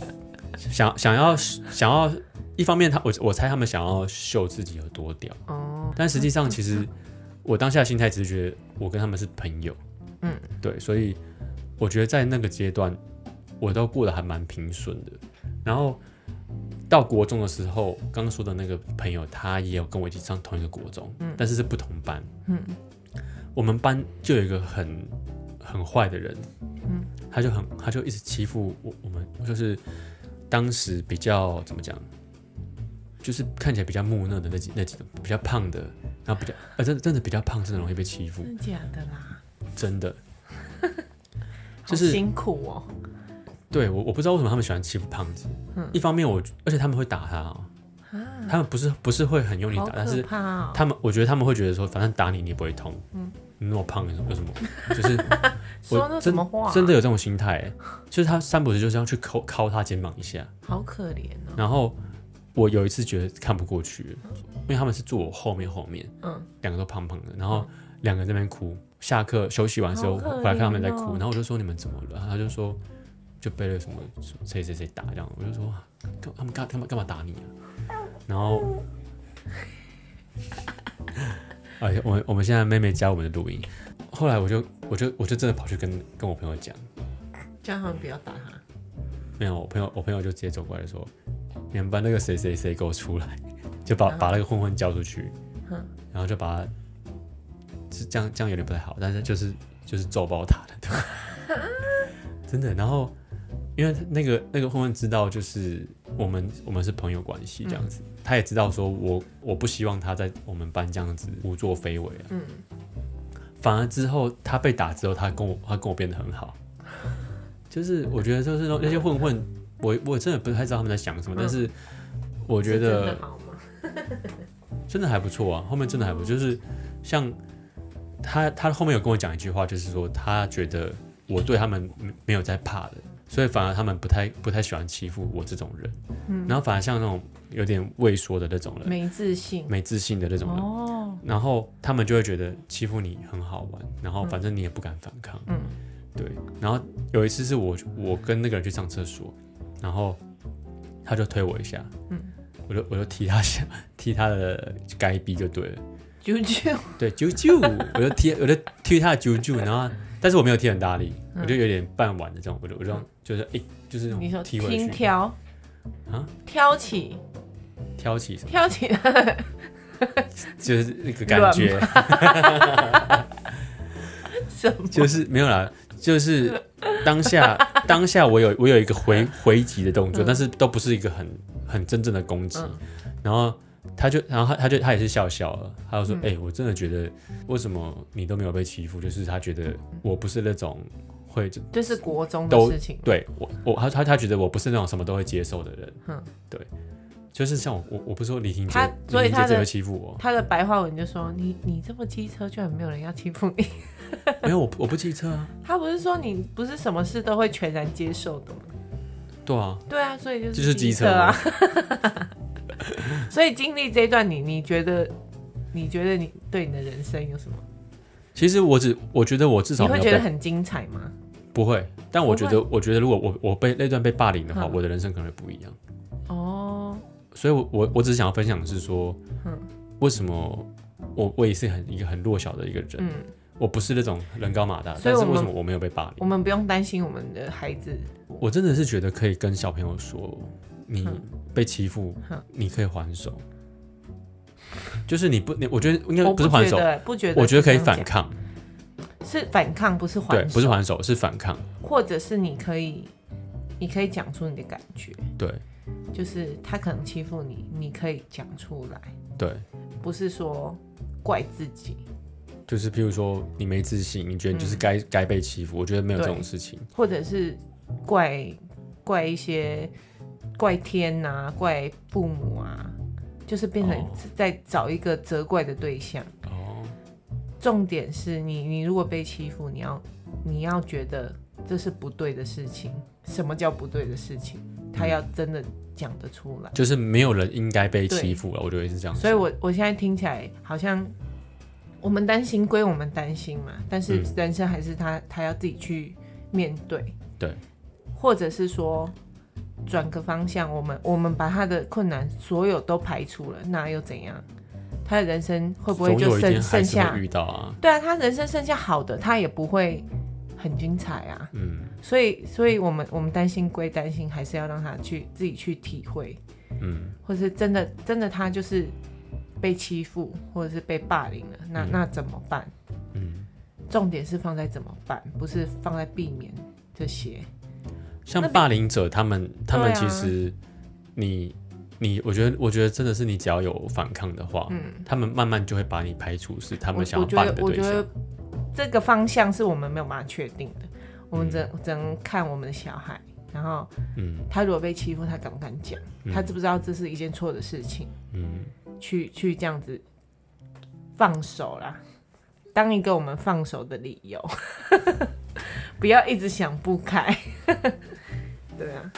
[SPEAKER 1] 想想要想要。一方面他，我我猜他们想要秀自己有多屌，
[SPEAKER 2] 哦，
[SPEAKER 1] 但实际上，其实我当下的心态只是觉得我跟他们是朋友，
[SPEAKER 2] 嗯，
[SPEAKER 1] 对，所以我觉得在那个阶段，我都过得还蛮平顺的。然后到国中的时候，刚刚说的那个朋友，他也有跟我一起上同一个国中，
[SPEAKER 2] 嗯
[SPEAKER 1] 但是是不同班，
[SPEAKER 2] 嗯，
[SPEAKER 1] 我们班就有一个很很坏的人，
[SPEAKER 2] 嗯，
[SPEAKER 1] 他就很他就一直欺负我我们，就是当时比较怎么讲，就是看起来比较木讷的那几那几个比较胖的，然后比较呃真的真的比较胖，真的容易被欺负，
[SPEAKER 2] 真的假的啦？
[SPEAKER 1] 真的。
[SPEAKER 2] 好
[SPEAKER 1] 就是
[SPEAKER 2] 辛苦哦，
[SPEAKER 1] 对我我不知道为什么他们喜欢欺负胖子，
[SPEAKER 2] 嗯
[SPEAKER 1] 一方面我而且他们会打他、哦，
[SPEAKER 2] 啊，
[SPEAKER 1] 他们不是不是会很用力
[SPEAKER 2] 好
[SPEAKER 1] 打，但
[SPEAKER 2] 可
[SPEAKER 1] 是
[SPEAKER 2] 怕哦，
[SPEAKER 1] 他们我觉得他们会觉得说反正打你你也不会痛，你那么胖有什么有什么，就是我
[SPEAKER 2] 说那什
[SPEAKER 1] 真
[SPEAKER 2] 么话啊，
[SPEAKER 1] 真的有这种心态欸，就是他三不时就这样去抠抠他肩膀一下，
[SPEAKER 2] 好可怜哦，
[SPEAKER 1] 然后我有一次觉得看不过去了，因为他们是坐我后面后面，
[SPEAKER 2] 嗯，
[SPEAKER 1] 两个都胖胖的，然后两个在那边哭，下课休息完之后
[SPEAKER 2] 好可怜哦
[SPEAKER 1] 回来看他们在哭，然后我就说你们怎么了？然后他就说就被那个什么谁谁谁打这样，我就说啊干他们干他们干嘛打你啊？然后。 哎，我们我们现在妹妹加我们的录音，后来我就我就我就真的跑去跟跟我朋友讲，
[SPEAKER 2] 叫他们不要打他，
[SPEAKER 1] 没有，我朋友我朋友就直接走过来说：“你们班那个谁谁谁给我出来！”就把把那个混混叫出去，
[SPEAKER 2] 嗯
[SPEAKER 1] 然后就把他是这样这样有点不太好，但是就是就是揍爆他的，对 吧真的。然后因为那个那个混混知道就是我们我们是朋友关系这样
[SPEAKER 2] 嗯
[SPEAKER 1] 子，他也知道说我我不希望他在我们班这样子胡作非为啊。
[SPEAKER 2] 嗯
[SPEAKER 1] 反而之后他被打之后，他跟我他跟我变得很 好，就是我觉得就是那那些混混，我我真的不太知道他们在想什
[SPEAKER 2] 嗯
[SPEAKER 1] 么，但是我
[SPEAKER 2] 我
[SPEAKER 1] 觉得
[SPEAKER 2] 好吗？
[SPEAKER 1] 真的还不错啊，后面真的还不错，就是像他他后面有跟我讲一句话，就是说他觉得我对他们没没有在怕的，所以反而他们不太不太喜欢欺负我这种人，
[SPEAKER 2] 嗯
[SPEAKER 1] 然后反而像那种有点畏缩的那种人，
[SPEAKER 2] 没自信
[SPEAKER 1] 没自信的那种人，
[SPEAKER 2] 哦，
[SPEAKER 1] 然后他们就会觉得欺负你很好玩，然后反正你也不敢反抗，
[SPEAKER 2] 嗯，
[SPEAKER 1] 对。然后有一次是我我跟那个人去上厕所，然后他就推我一下，
[SPEAKER 2] 嗯，
[SPEAKER 1] 我就我就踢他一下， 踢他的该逼就对了，
[SPEAKER 2] 啾啾，
[SPEAKER 1] 对，啾啾，我就踢我就踢他的啾啾，然后但是我没有踢很大力，
[SPEAKER 2] 嗯
[SPEAKER 1] 我就有点半玩的这种，我就我就就是一、就是那
[SPEAKER 2] 你说
[SPEAKER 1] 种踢回
[SPEAKER 2] 听
[SPEAKER 1] 去
[SPEAKER 2] 挑
[SPEAKER 1] 啊，
[SPEAKER 2] 挑起
[SPEAKER 1] 挑起什么，
[SPEAKER 2] 挑起 他的
[SPEAKER 1] 就是那个感觉。
[SPEAKER 2] 什么？
[SPEAKER 1] 就是没有啦，就是当下 当下我有我有一个回回击的动作，
[SPEAKER 2] 嗯
[SPEAKER 1] 但是都不是一个很很真正的攻击。
[SPEAKER 2] 嗯
[SPEAKER 1] 然后他就然后他他就他也是笑笑了，他就说：“
[SPEAKER 2] 嗯
[SPEAKER 1] 哎、我真的觉得为什么你都没有被欺负？就是他觉得我不是那种会
[SPEAKER 2] 这是国中的
[SPEAKER 1] 都
[SPEAKER 2] 事情，
[SPEAKER 1] 对我我他他他觉得我不是那种什么都会接受的人。
[SPEAKER 2] 嗯
[SPEAKER 1] 对，就是像我我我不是说李婷姐
[SPEAKER 2] 他，
[SPEAKER 1] 李
[SPEAKER 2] 所以
[SPEAKER 1] 婷
[SPEAKER 2] 他
[SPEAKER 1] 姐
[SPEAKER 2] 的
[SPEAKER 1] 只会欺负 我，
[SPEAKER 2] 他的白话文就说：“你你这么机车，居然没有人要欺负你。
[SPEAKER 1] 没有我不我不记车啊，”
[SPEAKER 2] 他不是说你不是什么事都会全然接受的吗？
[SPEAKER 1] 对啊，
[SPEAKER 2] 对啊，所以就是
[SPEAKER 1] 就是机
[SPEAKER 2] 机
[SPEAKER 1] 车
[SPEAKER 2] 啊。所以经历这一段你，你觉得你觉得你对你的人生有什么？
[SPEAKER 1] 其实我只我觉得我至
[SPEAKER 2] 你
[SPEAKER 1] 少没
[SPEAKER 2] 会
[SPEAKER 1] 有
[SPEAKER 2] 觉
[SPEAKER 1] 被
[SPEAKER 2] 得很精彩吗？
[SPEAKER 1] 不会，但我觉得，我觉得如果我我被那段被霸凌的话，
[SPEAKER 2] 嗯
[SPEAKER 1] 我的人生可能会不一样。
[SPEAKER 2] 哦，
[SPEAKER 1] 所以我，我我只是想要分享的是说，
[SPEAKER 2] 嗯
[SPEAKER 1] 为什么我我也是很一个很弱小的一个人，
[SPEAKER 2] 嗯，
[SPEAKER 1] 我不是那种人高马大，
[SPEAKER 2] 所
[SPEAKER 1] 但
[SPEAKER 2] 以
[SPEAKER 1] 是
[SPEAKER 2] 我们
[SPEAKER 1] 为什么我没有被霸
[SPEAKER 2] 我
[SPEAKER 1] 凌？
[SPEAKER 2] 们不用担心我们的孩子
[SPEAKER 1] 我真的是觉得可以跟小朋友说，你被欺负，
[SPEAKER 2] 嗯
[SPEAKER 1] 你可以还手，就是你不，你我觉得应该
[SPEAKER 2] 我
[SPEAKER 1] 不是还手
[SPEAKER 2] 觉，得不觉得，
[SPEAKER 1] 我觉得可以反，抗，
[SPEAKER 2] 是反抗，不是还
[SPEAKER 1] 对，
[SPEAKER 2] 手，
[SPEAKER 1] 不是还手，是反抗，
[SPEAKER 2] 或者是你可以，你可以讲出你的感觉，
[SPEAKER 1] 对
[SPEAKER 2] 就是他可能欺负你，你可以讲出来，
[SPEAKER 1] 对，
[SPEAKER 2] 不是说怪自己，
[SPEAKER 1] 就是譬如说你没自信，你觉得你
[SPEAKER 2] 嗯
[SPEAKER 1] 就是该该、被欺负，我觉得没有这种事情，
[SPEAKER 2] 或者是怪怪一些怪天呐、怪父母啊，就是变成
[SPEAKER 1] 哦
[SPEAKER 2] 在找一个责怪的对象。
[SPEAKER 1] 哦，
[SPEAKER 2] 重点是你，你如果被欺负，你要你要觉得这是不对的事情。什么叫不对的事情？他要真的讲得出来。
[SPEAKER 1] 就是没有人应该被
[SPEAKER 2] 对
[SPEAKER 1] 欺负了，我觉得是这样子，
[SPEAKER 2] 所以我我现在听起来好像我们担心归我们担心嘛，但是
[SPEAKER 1] 嗯
[SPEAKER 2] 人生还是他他要自己去面对，
[SPEAKER 1] 对，
[SPEAKER 2] 或者是说转个方向，我们我们把他的困难所有都排除了，那又怎样？他的人生会不会
[SPEAKER 1] 总
[SPEAKER 2] 就
[SPEAKER 1] 有一
[SPEAKER 2] 剩
[SPEAKER 1] 天
[SPEAKER 2] 剩
[SPEAKER 1] 还是
[SPEAKER 2] 下
[SPEAKER 1] 会？遇到啊，
[SPEAKER 2] 对啊，他人生剩下好的，他也不会很精彩啊。
[SPEAKER 1] 嗯
[SPEAKER 2] 所以，所以我们我们担心归担心，还是要让他去自己去体会，
[SPEAKER 1] 嗯，
[SPEAKER 2] 或是真的真的他就是被欺负或者是被霸凌了，那、那怎么办？
[SPEAKER 1] 嗯，
[SPEAKER 2] 重点是放在怎么办，不是放在避免这些。
[SPEAKER 1] 像
[SPEAKER 2] 那
[SPEAKER 1] 霸凌者他们他们
[SPEAKER 2] 对啊
[SPEAKER 1] 其实你。你，我觉得，我觉得真的是你只要有反抗的话，他们慢慢就会把你排除，是他
[SPEAKER 2] 嗯我
[SPEAKER 1] 们想
[SPEAKER 2] 我
[SPEAKER 1] 要霸
[SPEAKER 2] 觉
[SPEAKER 1] 凌
[SPEAKER 2] 得
[SPEAKER 1] 的
[SPEAKER 2] 我
[SPEAKER 1] 对
[SPEAKER 2] 觉
[SPEAKER 1] 象。
[SPEAKER 2] 得这个方向是我们没有办法确定的，我们只能、只能看我们的小孩，然后
[SPEAKER 1] 嗯
[SPEAKER 2] 他如果被欺负，他敢不敢讲？
[SPEAKER 1] 嗯
[SPEAKER 2] 他知不知道这是一件错的事情？
[SPEAKER 1] 嗯，
[SPEAKER 2] 去去这样子放手啦，当一个我们放手的理由， 不要一直想不开。 对啊，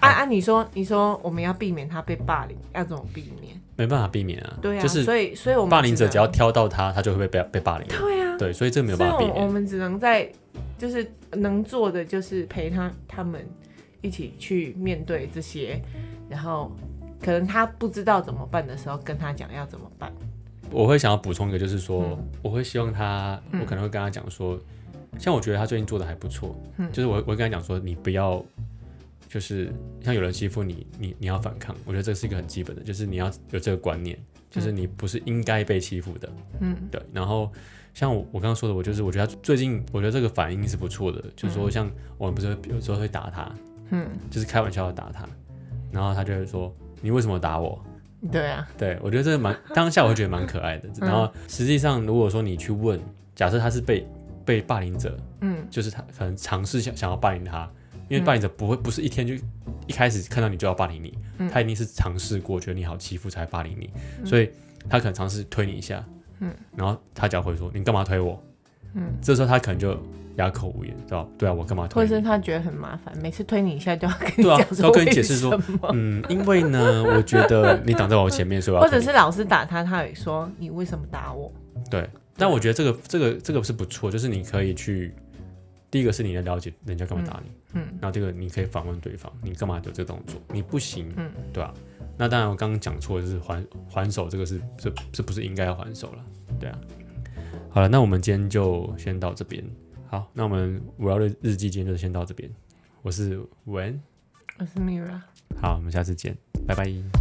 [SPEAKER 2] 啊啊，你说你说我们要避免他被霸凌，要怎么避免？
[SPEAKER 1] 没办法避免啊。
[SPEAKER 2] 对啊，
[SPEAKER 1] 就是
[SPEAKER 2] 所以所以我们
[SPEAKER 1] 霸凌者
[SPEAKER 2] 能
[SPEAKER 1] 只要挑到他，他就会被被被霸凌。
[SPEAKER 2] 对啊，
[SPEAKER 1] 对，所以这个没有
[SPEAKER 2] 所
[SPEAKER 1] 办
[SPEAKER 2] 以
[SPEAKER 1] 法避
[SPEAKER 2] 我我
[SPEAKER 1] 免。
[SPEAKER 2] 们只能在就是能做的就是陪他他们一起去面对这些，然后可能他不知道怎么办的时候，跟他讲要怎么办。
[SPEAKER 1] 我会想要补充一个，就是说，
[SPEAKER 2] 嗯
[SPEAKER 1] 我会希望他，我可能会跟他讲说，像我觉得他最近做的还不错，
[SPEAKER 2] 嗯
[SPEAKER 1] 就是我我会跟他讲说，你不要，就是像有人欺负你，你你要反抗。我觉得这是一个很基本的，就是你要有这个观念，就是你不是应该被欺负的。
[SPEAKER 2] 嗯，
[SPEAKER 1] 对。然后像我我刚刚说的，我就是我觉得他最近我觉得这个反应是不错的，就是说像我们不是有时候会打他，
[SPEAKER 2] 嗯，
[SPEAKER 1] 就是开玩笑的打他，然后他就会说你为什么打我？
[SPEAKER 2] 对啊，
[SPEAKER 1] 对，我觉得这个 蛮当下，我会觉得蛮可爱
[SPEAKER 2] 嗯
[SPEAKER 1] 的。然后实际上，如果说你去问，假设他是被被霸凌者，
[SPEAKER 2] 嗯，
[SPEAKER 1] 就是他可能尝试想想要霸凌他，因为霸凌者不会不是一天就一开始看到你就要霸凌你，
[SPEAKER 2] 嗯
[SPEAKER 1] 他一定是尝试过，觉得你好欺负才霸凌你，所以他可能尝试推你一下，嗯，然后他只要会说你干嘛推我，嗯，这时候他可能就哑口无言，对吧？对啊，我干嘛推
[SPEAKER 2] 或
[SPEAKER 1] 你？
[SPEAKER 2] 者是他觉得很麻烦，每次推你一下就要跟你
[SPEAKER 1] 对啊
[SPEAKER 2] 讲
[SPEAKER 1] 都
[SPEAKER 2] 说、
[SPEAKER 1] 要跟你解释说
[SPEAKER 2] 为什么，
[SPEAKER 1] 嗯，因为呢，我觉得你挡在我前面，所以我要
[SPEAKER 2] 或
[SPEAKER 1] 推
[SPEAKER 2] 者
[SPEAKER 1] 你
[SPEAKER 2] 是老师打他，他也说你为什么打我？
[SPEAKER 1] 对，但我觉得这个这个这个是不错，就是你可以去，第一个是你能了解人家干嘛打你，
[SPEAKER 2] 嗯
[SPEAKER 1] 然后这个你可以反问对方，你干嘛有这个动作？你不行，
[SPEAKER 2] 嗯
[SPEAKER 1] 对吧、那当然，我刚刚讲错的是还还手，这个是是是不是应该要还手了？对啊。好了，那我们今天就先到这边。好，那我们五幺日日记今天就先到这边。我是文，
[SPEAKER 2] 我是 Mira。
[SPEAKER 1] 好，我们下次见，拜拜。